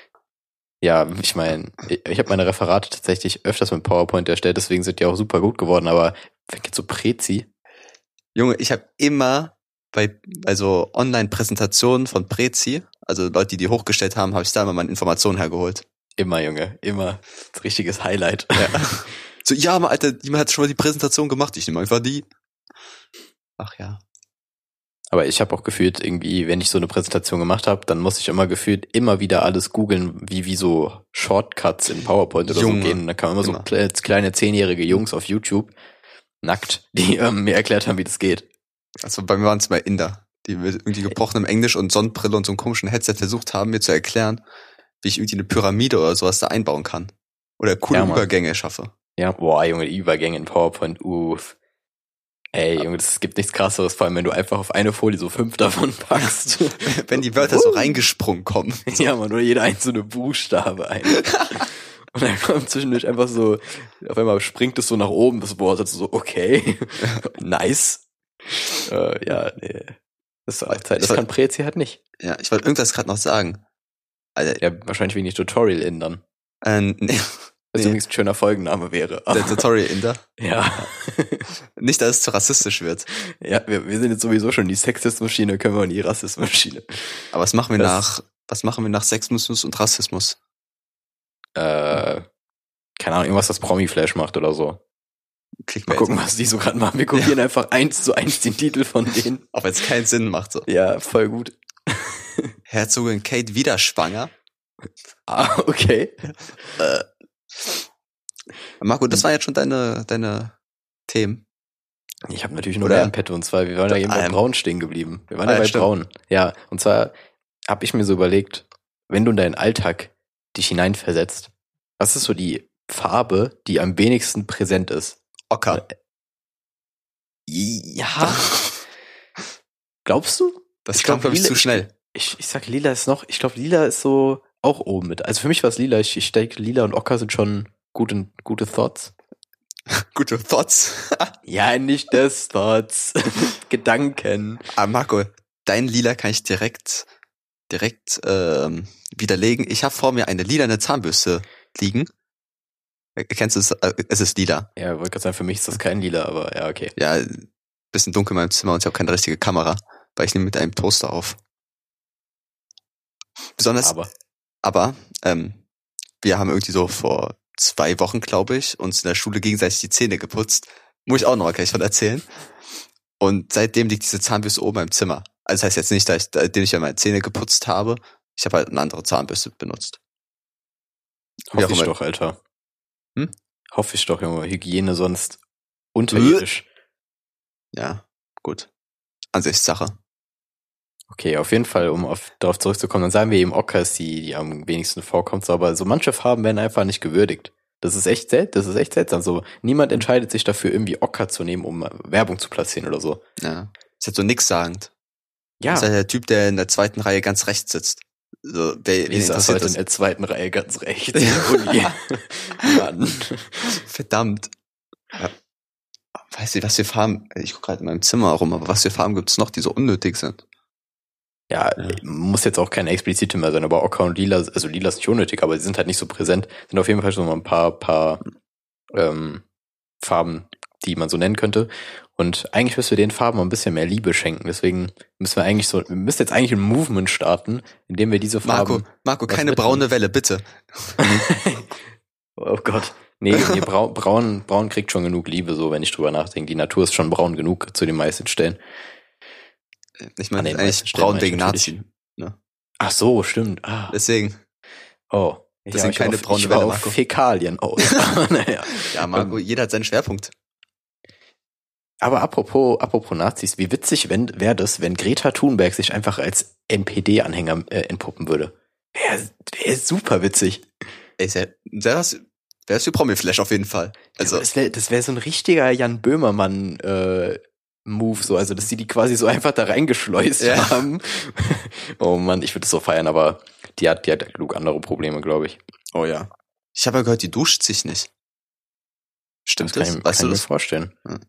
Speaker 2: Ja, ich meine, ich, ich habe meine Referate tatsächlich öfters mit PowerPoint erstellt, deswegen sind die auch super gut geworden, aber weg jetzt so Prezi.
Speaker 1: Junge, ich habe immer bei also Online-Präsentationen von Prezi, also Leute, die die hochgestellt haben, habe ich da immer meine Informationen hergeholt.
Speaker 2: Immer, Junge, immer. Das ist ein richtiges Highlight.
Speaker 1: So, ja, aber Alter, jemand hat schon mal die Präsentation gemacht, ich nehme einfach die. Ach ja.
Speaker 2: Aber ich habe auch gefühlt, irgendwie, wenn ich so eine Präsentation gemacht habe, dann muss ich immer gefühlt immer wieder alles googeln, wie, wie so Shortcuts in PowerPoint oder
Speaker 1: Junge.
Speaker 2: so gehen. Und dann kamen immer, so
Speaker 1: Immer.
Speaker 2: kle- kleine zehnjährige Jungs auf YouTube, nackt, die ähm, mir erklärt haben, wie das geht.
Speaker 1: Also bei mir waren es mal Inder, die mit irgendwie gebrochenem Englisch und Sonnenbrille und so einem komischen Headset versucht haben, mir zu erklären, wie ich irgendwie eine Pyramide oder sowas da einbauen kann. Oder coole
Speaker 2: Ja, Mann.
Speaker 1: Übergänge schaffe.
Speaker 2: Ja, boah, Junge, die Übergänge in PowerPoint, uff. Ey, Junge, das gibt nichts krasseres, vor allem wenn du einfach auf eine Folie so fünf davon packst.
Speaker 1: Wenn die Wörter so reingesprungen kommen.
Speaker 2: ja, man, nur jeder einzelne Buchstabe ein. Und dann kommt zwischendurch einfach so, auf einmal springt es so nach oben, das Board hat so, okay, nice. äh, ja, nee. Das, ist auch Zeit. das
Speaker 1: Ich-
Speaker 2: kann Prezi halt nicht.
Speaker 1: Ja, ich wollte irgendwas gerade noch sagen. Alter,
Speaker 2: Ja, wahrscheinlich wegen den Tutorial-Indern.
Speaker 1: ähm, nee,
Speaker 2: Was
Speaker 1: Nee.
Speaker 2: übrigens ein schöner Folgenname wäre.
Speaker 1: der Tutorial-Inder.
Speaker 2: ja.
Speaker 1: Nicht, dass es zu rassistisch wird.
Speaker 2: ja, wir, wir sind jetzt sowieso schon die Sexist-Maschine, können wir in die Rassist-Maschine.
Speaker 1: Aber was machen wir
Speaker 2: Das-
Speaker 1: nach, was machen wir nach Sexismus und Rassismus?
Speaker 2: Äh, keine Ahnung, irgendwas, das Promi-Flash macht oder so. Mal
Speaker 1: Clickbait.
Speaker 2: gucken, was die so gerade machen. Wir kopieren einfach eins zu eins den Titel von denen.
Speaker 1: Auch wenn es keinen Sinn macht, so.
Speaker 2: Ja, voll gut.
Speaker 1: Herzogin Kate wieder schwanger.
Speaker 2: Ah, okay.
Speaker 1: Marco,
Speaker 2: Hm.
Speaker 1: das waren jetzt schon deine, deine Themen.
Speaker 2: Ich habe natürlich nur
Speaker 1: Oder-
Speaker 2: mehr im Pet und zwar, wir waren ja eben bei
Speaker 1: Ähm,
Speaker 2: Braun stehen geblieben. Wir waren
Speaker 1: ah,
Speaker 2: ja
Speaker 1: ja,
Speaker 2: bei
Speaker 1: stimmt.
Speaker 2: Braun. Ja, und zwar habe ich mir so überlegt, wenn du in deinen Alltag dich hineinversetzt, was ist so die Farbe, die am wenigsten präsent ist?
Speaker 1: Ocker.
Speaker 2: Ja. Glaubst du?
Speaker 1: Das
Speaker 2: Ich
Speaker 1: kam,
Speaker 2: glaub,
Speaker 1: glaube ich,
Speaker 2: viele-
Speaker 1: zu schnell.
Speaker 2: Ich, ich sag lila ist noch, ich glaube lila ist so auch oben mit. Also für mich war es lila. Ich, ich denke, lila und Ocker sind schon gute, gute Thoughts.
Speaker 1: Gute Thoughts.
Speaker 2: Ja, nicht das Thoughts. Gedanken.
Speaker 1: Ah, Marco, dein Lila kann ich direkt, direkt ähm, widerlegen. Ich habe vor mir eine lilane Zahnbürste liegen. Äh, Kennst du es? Äh, Es ist lila.
Speaker 2: Ja, wollte gerade sagen, für mich ist das kein lila, aber ja, okay.
Speaker 1: Ja, bisschen dunkel in meinem Zimmer und ich habe keine richtige Kamera, weil ich nehme mit einem Toaster auf. Besonders, aber,
Speaker 2: aber
Speaker 1: ähm, wir haben irgendwie so vor zwei Wochen, glaube ich, uns in der Schule gegenseitig die Zähne geputzt. Muss ich auch noch mal gleich von erzählen. Und seitdem liegt diese Zahnbürste oben im Zimmer. Also das heißt jetzt nicht, dass ich, seitdem ich ja meine Zähne geputzt habe, ich habe halt eine andere Zahnbürste benutzt.
Speaker 2: hoffe
Speaker 1: auch
Speaker 2: ich
Speaker 1: immer.
Speaker 2: doch, Alter.
Speaker 1: Hm?
Speaker 2: Hoffe ich doch, Junge. Hygiene sonst unterirdisch.
Speaker 1: Ja, gut. Ansichtssache.
Speaker 2: Okay, auf jeden Fall, um auf, darauf zurückzukommen, dann sagen wir eben Ocker ist die, die am wenigsten vorkommt, so, aber so manche Farben werden einfach nicht gewürdigt. Das ist echt seltsam, das ist echt seltsam. So, niemand
Speaker 1: Hm.
Speaker 2: entscheidet sich dafür, irgendwie Ocker zu nehmen, um äh, Werbung zu platzieren oder so.
Speaker 1: Ja. Ist halt so nix sagend.
Speaker 2: Ja,
Speaker 1: Ist halt der Typ, der in der zweiten Reihe ganz rechts sitzt. So, wer, wen
Speaker 2: ich saß
Speaker 1: interessiert
Speaker 2: heute in
Speaker 1: das?
Speaker 2: der zweiten Reihe ganz rechts. in der Uni. Mann.
Speaker 1: Verdammt. Ja. Weiß nicht, was für Farben, ich gucke gerade in meinem Zimmer rum, aber was für Farben gibt's noch, die so unnötig sind?
Speaker 2: Ja,
Speaker 1: Ja.
Speaker 2: muss jetzt auch keine explizite mehr sein, aber Ocker und Lila, also Lila ist nicht unnötig, aber sie sind halt nicht so präsent, sind auf jeden Fall schon mal ein paar, paar ähm, Farben, die man so nennen könnte. Und eigentlich müssen wir den Farben mal ein bisschen mehr Liebe schenken. Deswegen müssen wir eigentlich so, wir müssen jetzt eigentlich ein Movement starten, indem wir diese
Speaker 1: Marco,
Speaker 2: Farben.
Speaker 1: Marco,
Speaker 2: was
Speaker 1: keine
Speaker 2: mit-
Speaker 1: braune Welle, bitte.
Speaker 2: oh Gott. Nee, nee Brau- braun, braun kriegt schon genug Liebe, so wenn ich drüber nachdenke. Die Natur ist schon braun genug zu den meisten Stellen.
Speaker 1: Ich
Speaker 2: An
Speaker 1: meine,
Speaker 2: den meisten
Speaker 1: eigentlich
Speaker 2: Stellen
Speaker 1: braun
Speaker 2: meine ich
Speaker 1: wegen
Speaker 2: natürlich.
Speaker 1: Nazi.
Speaker 2: Ach so, stimmt. Ah.
Speaker 1: Deswegen,
Speaker 2: Oh.
Speaker 1: Das sind
Speaker 2: ich war
Speaker 1: keine
Speaker 2: auf-
Speaker 1: braune
Speaker 2: ich war
Speaker 1: Welle,
Speaker 2: auf
Speaker 1: Marco.
Speaker 2: Fäkalien aus. Aber naja.
Speaker 1: ja, Marco, jeder hat seinen Schwerpunkt.
Speaker 2: Aber apropos, apropos Nazis, wie witzig wäre das, wenn Greta Thunberg sich einfach als NPD-Anhänger äh, entpuppen würde? Wäre wär super witzig.
Speaker 1: Ey, sehr, sehr was, wer ist für Promi-Flash auf jeden Fall? Also,
Speaker 2: das wäre das wär so ein richtiger Jan Böhmermann äh, Move, so, also dass sie die quasi so einfach da reingeschleust
Speaker 1: Ja.
Speaker 2: haben. oh Mann, ich würde das so feiern, aber die hat, die hat genug andere Probleme, glaube ich.
Speaker 1: oh ja. Ich habe ja gehört, die duscht sich nicht. Stimmt das?
Speaker 2: kann ich,
Speaker 1: weißt
Speaker 2: kann
Speaker 1: du
Speaker 2: ich mir
Speaker 1: das?
Speaker 2: vorstellen.
Speaker 1: Aber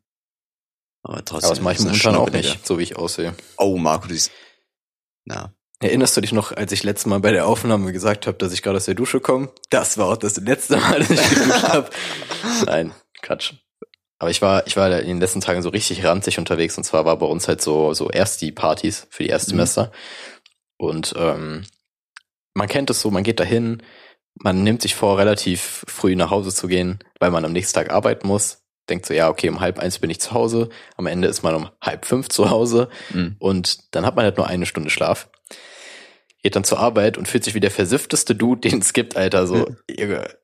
Speaker 2: Aber
Speaker 1: trotzdem.
Speaker 2: das mache ich
Speaker 1: ist eine
Speaker 2: momentan auch
Speaker 1: Schnurrbedeckung.
Speaker 2: nicht, so wie ich aussehe.
Speaker 1: Oh, Marco, du siehst. Na,
Speaker 2: Erinnerst du dich noch, als ich letztes Mal bei der Aufnahme gesagt habe, dass ich gerade aus der Dusche komme? Das war auch das letzte Mal, dass ich geduscht habe. Nein, Quatsch. Aber ich war, ich war in den letzten Tagen so richtig ranzig unterwegs und zwar war bei uns halt so, so erst die Partys für die Erstsemester. Und ähm, man kennt es so, man geht dahin, man nimmt sich vor, relativ früh nach Hause zu gehen, weil man am nächsten Tag arbeiten muss. Denkt so, ja, okay, um halb eins bin ich zu Hause. Am Ende ist man um halb fünf zu Hause.
Speaker 1: Mhm.
Speaker 2: Und dann hat man halt nur eine Stunde Schlaf. Geht dann zur Arbeit und fühlt sich wie der versiffteste Dude, den es gibt, Alter. So, Junge,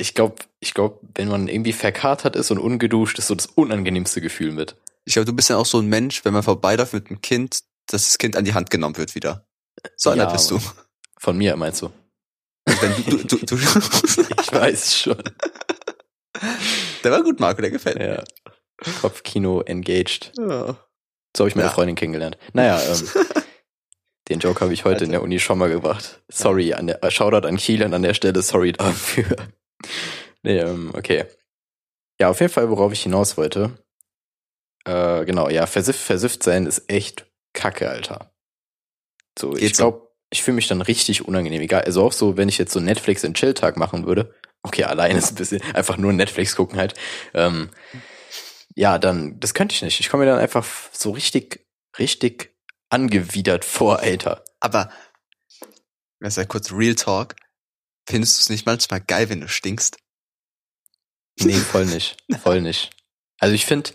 Speaker 2: ich glaube, ich glaub, wenn man irgendwie verkatert ist und ungeduscht, ist so das unangenehmste Gefühl mit.
Speaker 1: Ich glaube, du bist ja auch so ein Mensch, wenn man vorbeiläuft mit einem Kind, dass das Kind an die Hand genommen wird wieder. So einer
Speaker 2: Ja,
Speaker 1: bist du.
Speaker 2: Von mir, meinst du?
Speaker 1: Wenn du, du, du, du.
Speaker 2: Ich weiß schon.
Speaker 1: der war gut, Marco, der gefällt mir.
Speaker 2: Ja. Kopfkino engaged.
Speaker 1: Ja.
Speaker 2: So habe ich meine
Speaker 1: Ja.
Speaker 2: Freundin kennengelernt. Naja, ähm, den Joke habe ich heute
Speaker 1: Alter.
Speaker 2: äh, in der Uni schon mal gemacht. Sorry, an der, Shoutout an Kielan an der Stelle, sorry dafür. Nee, ähm, okay. Ja, auf jeden Fall, worauf ich hinaus wollte. Äh, genau, ja, versifft, versifft sein ist echt kacke, Alter. So, ich
Speaker 1: Geht so.
Speaker 2: glaube, ich fühle mich dann richtig unangenehm. Egal, also auch so, wenn ich jetzt so Netflix und Chill-Tag machen würde. Okay, allein ist ein bisschen, einfach nur Netflix gucken halt. Ähm, ja, dann, das könnte ich nicht. Ich komme mir dann einfach f- so richtig, richtig angewidert vor, Alter.
Speaker 1: Aber, das ist ja kurz Real Talk. Findest du es nicht manchmal geil, wenn du stinkst?
Speaker 2: Nee, voll nicht. Voll nicht. Also ich finde,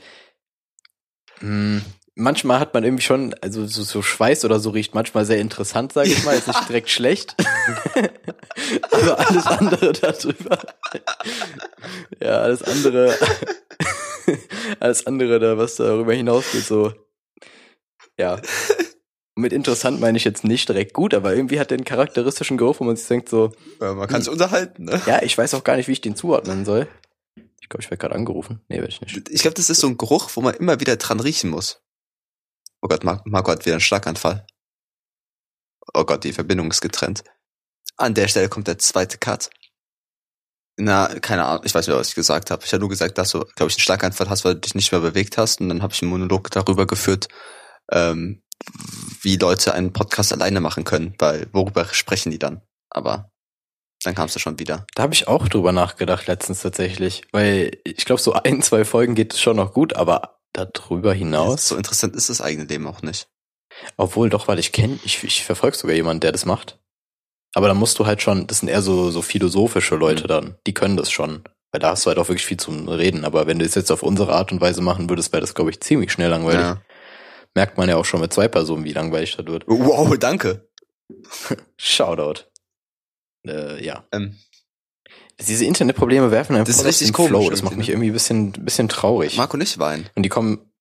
Speaker 2: manchmal hat man irgendwie schon, also so, so Schweiß oder so riecht manchmal sehr interessant, sage ich mal. Ist nicht direkt schlecht. Aber alles andere darüber. Ja, alles andere. Alles andere, da, was darüber hinausgeht, so. Ja. Mit interessant meine ich jetzt nicht direkt gut, aber irgendwie hat der einen charakteristischen Geruch, wo man sich denkt, so,
Speaker 1: Äh, man kann sich unterhalten, ne?
Speaker 2: ja, ich weiß auch gar nicht, wie ich den zuordnen soll. Ich glaube, ich werde gerade angerufen. Nee, werde ich nicht.
Speaker 1: Ich glaube, das ist so ein Geruch, wo man immer wieder dran riechen muss. Oh Gott, Mar- Marco hat wieder einen Schlaganfall. Oh Gott, die Verbindung ist getrennt. An der Stelle kommt der zweite Cut. Na, keine Ahnung, ich weiß nicht, was ich gesagt habe. Ich habe nur gesagt, dass du, glaube ich, einen Schlaganfall hast, weil du dich nicht mehr bewegt hast. Und dann habe ich einen Monolog darüber geführt, ähm, wie Leute einen Podcast alleine machen können, weil worüber sprechen die dann? Aber dann kamst du schon wieder.
Speaker 2: Da habe ich auch drüber nachgedacht letztens tatsächlich, weil ich glaube, so ein, zwei Folgen geht es schon noch gut, aber darüber hinaus,
Speaker 1: So interessant ist das eigene Leben auch nicht.
Speaker 2: obwohl doch, weil ich kenne, ich, ich verfolge sogar jemanden, der das macht. Aber da musst du halt schon, das sind eher so, so philosophische Leute
Speaker 1: Mhm.
Speaker 2: dann, die können das schon. Weil da hast du halt auch wirklich viel zum Reden. Aber wenn du es jetzt auf unsere Art und Weise machen würdest, wäre das, glaube ich, ziemlich schnell langweilig.
Speaker 1: Ja.
Speaker 2: Merkt man ja auch schon mit zwei Personen, wie langweilig das wird.
Speaker 1: Wow, danke.
Speaker 2: Shoutout. Äh, ja.
Speaker 1: Ähm.
Speaker 2: Diese Internetprobleme werfen einfach
Speaker 1: Das ist
Speaker 2: aus
Speaker 1: richtig
Speaker 2: dem
Speaker 1: komisch
Speaker 2: Flow. Das
Speaker 1: irgendwie,
Speaker 2: macht mich
Speaker 1: ne?
Speaker 2: irgendwie ein bisschen, bisschen traurig.
Speaker 1: Marco nicht weinen.
Speaker 2: Und die kommen,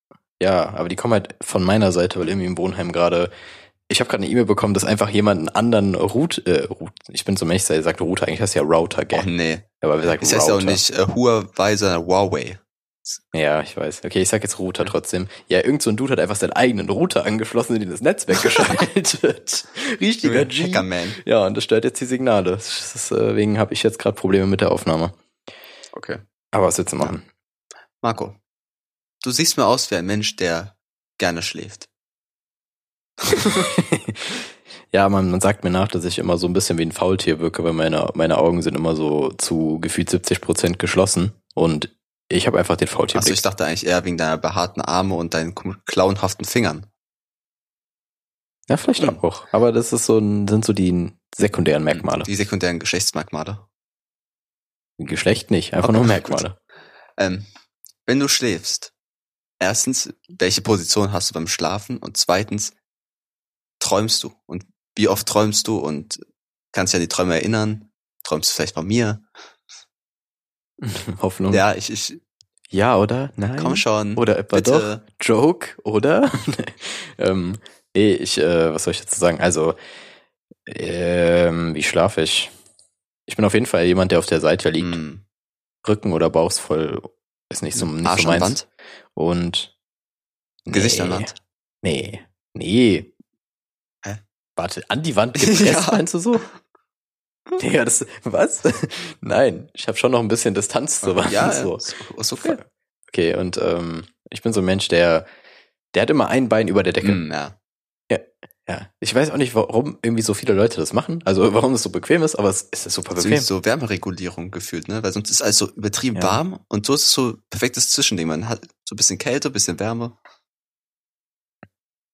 Speaker 2: ja, aber die kommen halt von meiner Seite, weil irgendwie im Wohnheim gerade, ich habe gerade eine E-Mail bekommen, dass einfach jemand einen anderen Root, äh, Root, ich bin so ein Mensch, der sagt Router, eigentlich heißt ja Router, gell?
Speaker 1: Oh nee.
Speaker 2: aber wir sagen
Speaker 1: Das heißt
Speaker 2: Router.
Speaker 1: ja auch nicht äh, Huawei, sondern Huawei.
Speaker 2: Ja, ich weiß. Okay, ich sag jetzt Router trotzdem. Ja, irgend so ein Dude hat einfach seinen eigenen Router angeschlossen und in das Netzwerk geschaltet. Richtiger G.
Speaker 1: Hackerman.
Speaker 2: Ja, und das stört jetzt die Signale. Das ist, äh, Deswegen habe ich jetzt gerade Probleme mit der Aufnahme.
Speaker 1: Okay.
Speaker 2: Aber was willst du machen?
Speaker 1: Marco, du siehst mir aus wie ein Mensch, der gerne schläft.
Speaker 2: ja, man, man sagt mir nach, dass ich immer so ein bisschen wie ein Faultier wirke, weil meine, meine Augen sind immer so zu gefühlt 70 Prozent geschlossen und ich habe einfach den
Speaker 1: Also
Speaker 2: Faultierblick.
Speaker 1: ich dachte eigentlich eher wegen deiner behaarten Arme und deinen kom- klauenhaften Fingern.
Speaker 2: ja, vielleicht
Speaker 1: Hm.
Speaker 2: auch. Aber das ist so ein, sind so die sekundären Merkmale.
Speaker 1: Die sekundären Geschlechtsmerkmale.
Speaker 2: Geschlecht nicht, einfach
Speaker 1: Okay,
Speaker 2: nur
Speaker 1: gut.
Speaker 2: Merkmale.
Speaker 1: Ähm, wenn du schläfst, erstens, welche Position hast du beim Schlafen? Und zweitens, träumst du? Und wie oft träumst du? Und kannst dich an die Träume erinnern? Träumst du vielleicht bei mir?
Speaker 2: Hoffnung. Ja,
Speaker 1: Ja, ich, ich,
Speaker 2: oder? Nein.
Speaker 1: komm schon.
Speaker 2: Oder etwa
Speaker 1: Bitte.
Speaker 2: doch? Joke, oder? ähm, nee, ich, äh, was soll ich dazu sagen? Also, ähm, wie schlafe ich? Ich bin auf jeden Fall jemand, der auf der Seite liegt.
Speaker 1: Mm.
Speaker 2: Rücken oder Bauch ist voll, ist nicht so, nicht
Speaker 1: Arsch
Speaker 2: so
Speaker 1: am
Speaker 2: meins.
Speaker 1: Wand?
Speaker 2: Und
Speaker 1: Gesicht an
Speaker 2: Nee,
Speaker 1: Wand?
Speaker 2: Nee, nee.
Speaker 1: Hä?
Speaker 2: Warte, an die Wand gepresst,
Speaker 1: Ja.
Speaker 2: meinst du so? Digga, das, was? Nein, ich habe schon noch ein bisschen Distanz zur Wand.
Speaker 1: ja,
Speaker 2: so.
Speaker 1: Ist, ist okay.
Speaker 2: Okay, und ähm, ich bin so ein Mensch, der, der hat immer ein Bein über der Decke.
Speaker 1: Mm, ja.
Speaker 2: Ja. Ich weiß auch nicht, warum irgendwie so viele Leute das machen. Also warum es so bequem ist, aber es, es ist super
Speaker 1: Das ist
Speaker 2: bequem.
Speaker 1: irgendwie so Wärmeregulierung gefühlt, ne? Weil sonst ist alles so übertrieben
Speaker 2: Ja.
Speaker 1: warm und so ist es so perfektes Zwischending. Man hat so ein bisschen Kälte, ein bisschen Wärme.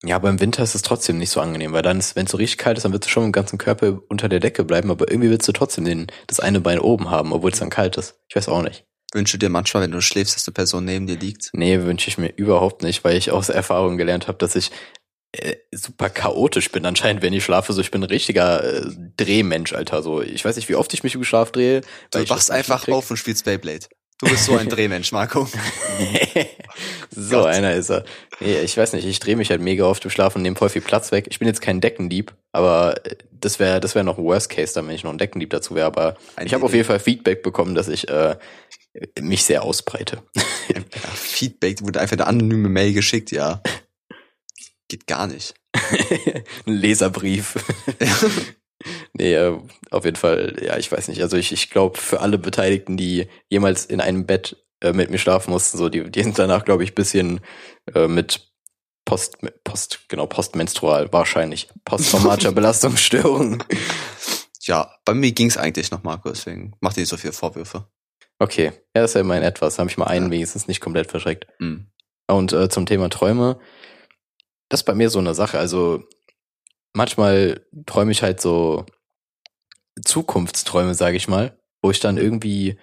Speaker 2: Ja, aber im Winter ist es trotzdem nicht so angenehm, weil dann, ist- wenn es so richtig kalt ist, dann willst du schon im ganzen Körper unter der Decke bleiben, aber irgendwie willst du trotzdem den, das eine Bein oben haben, obwohl es dann kalt ist. Ich weiß auch nicht.
Speaker 1: Wünsche dir manchmal, wenn du schläfst, dass eine Person neben dir liegt.
Speaker 2: Nee, wünsche ich mir überhaupt nicht, weil ich aus Erfahrung gelernt habe, dass ich äh, super chaotisch bin anscheinend, wenn ich schlafe. So, ich bin ein richtiger äh, Drehmensch, Alter. So, ich weiß nicht, wie oft ich mich im Schlaf drehe. weil
Speaker 1: Du
Speaker 2: ich das
Speaker 1: wachst
Speaker 2: nicht
Speaker 1: einfach
Speaker 2: mitkrieg.
Speaker 1: auf und spielst Beyblade. Du bist so ein Drehmensch, Marco.
Speaker 2: so
Speaker 1: Gott.
Speaker 2: einer ist er. Nee, ich weiß nicht, ich drehe mich halt mega oft im Schlaf und nehme voll viel Platz weg. Ich bin jetzt kein Deckendieb, aber äh, das wäre das wäre noch ein Worst Case, dann wenn ich noch ein Deckendieb dazu wäre. Aber
Speaker 1: Eine
Speaker 2: ich habe auf
Speaker 1: Idee.
Speaker 2: jeden Fall Feedback bekommen, dass ich äh, mich sehr ausbreite.
Speaker 1: Ja, Feedback, wurde einfach eine anonyme Mail geschickt, ja. Geht gar nicht.
Speaker 2: ein Leserbrief. Nee, äh, auf jeden Fall, ja, ich weiß nicht. Also ich, ich glaube, für alle Beteiligten, die jemals in einem Bett äh, mit mir schlafen mussten, so, die, die sind danach, glaube ich, bisschen äh, mit Post, Post, genau, postmenstrual, wahrscheinlich. Posttraumatischer Belastungsstörung.
Speaker 1: Ja, bei mir ging's eigentlich noch, Marco, deswegen mach dir nicht so viele Vorwürfe.
Speaker 2: Okay, ja, das ist ja immerhin etwas. Da habe ich mal einen wenigstens nicht komplett verschreckt.
Speaker 1: Mhm.
Speaker 2: Und äh, zum Thema Träume, das ist bei mir so eine Sache. Also manchmal träume ich halt so Zukunftsträume, sage ich mal, wo ich dann irgendwie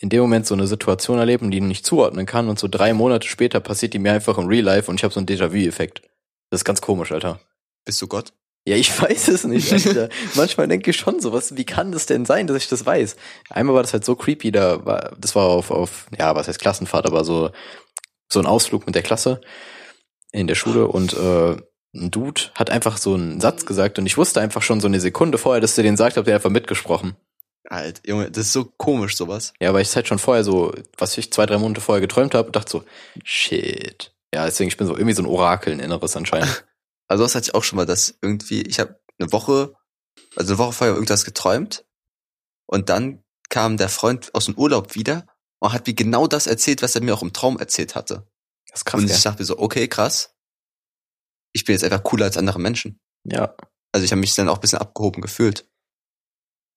Speaker 2: in dem Moment so eine Situation erlebe, die ich nicht zuordnen kann und so drei Monate später passiert die mir einfach im Real Life und ich habe so einen Déjà-vu-Effekt. Das ist ganz komisch, Alter.
Speaker 1: Bist du Gott?
Speaker 2: Ja, ich weiß es nicht, Alter. Manchmal denke ich schon so, was, wie kann das denn sein, dass ich das weiß? Einmal war das halt so creepy, da war, das war auf, auf, ja, was heißt Klassenfahrt, aber so, so ein Ausflug mit der Klasse in der Schule und, äh, ein Dude hat einfach so einen
Speaker 1: Mhm.
Speaker 2: Satz gesagt und ich wusste einfach schon so eine Sekunde vorher, dass er den sagt, hab der einfach mitgesprochen.
Speaker 1: Alt, Junge, das ist so komisch, sowas.
Speaker 2: Ja, aber ich halt schon vorher so, was ich zwei, drei Monate vorher geträumt habe, dachte so, shit. Ja, deswegen, ich bin so irgendwie so ein Orakel, ein Inneres anscheinend.
Speaker 1: Also das hatte ich auch schon mal, dass irgendwie, ich habe eine Woche, also eine Woche vorher irgendwas geträumt und dann kam der Freund aus dem Urlaub wieder und hat mir genau das erzählt, was er mir auch im Traum erzählt hatte.
Speaker 2: Das ist krass,
Speaker 1: und ich
Speaker 2: gell?
Speaker 1: dachte mir so, okay, krass. Ich bin jetzt einfach cooler als andere Menschen.
Speaker 2: Ja.
Speaker 1: Also ich habe mich dann auch ein bisschen abgehoben gefühlt.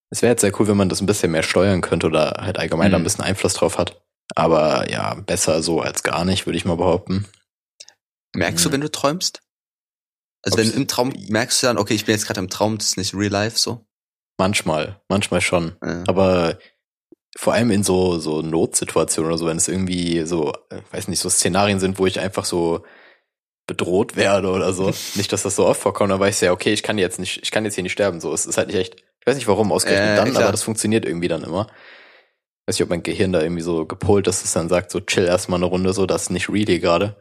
Speaker 2: Es wäre jetzt sehr cool, wenn man das ein bisschen mehr steuern könnte oder halt allgemein da ein
Speaker 1: Mhm.
Speaker 2: bisschen Einfluss drauf hat. Aber ja, besser so als gar nicht, würde ich mal behaupten.
Speaker 1: Merkst
Speaker 2: Mhm.
Speaker 1: du, wenn du träumst? Also
Speaker 2: Ob
Speaker 1: wenn
Speaker 2: ich-
Speaker 1: im Traum merkst du dann, okay, ich bin jetzt gerade im Traum, das ist nicht real life so. Äh,
Speaker 2: Manchmal, manchmal schon.
Speaker 1: Ja.
Speaker 2: Aber vor allem in so, so Notsituationen oder so, wenn es irgendwie so, äh, weiß nicht, so Szenarien sind, wo ich einfach so bedroht werde oder so. nicht, dass das so oft vorkommt, dann weiß ich ja, okay, ich kann jetzt nicht, ich kann jetzt hier nicht sterben. So, es ist halt nicht echt, ich weiß nicht warum, ausgerechnet
Speaker 1: Äh,
Speaker 2: dann,
Speaker 1: klar.
Speaker 2: aber das funktioniert irgendwie dann immer. Weiß nicht, ob mein Gehirn da irgendwie so gepolt ist, dass es dann sagt, so chill erstmal eine Runde, so, das ist nicht really gerade.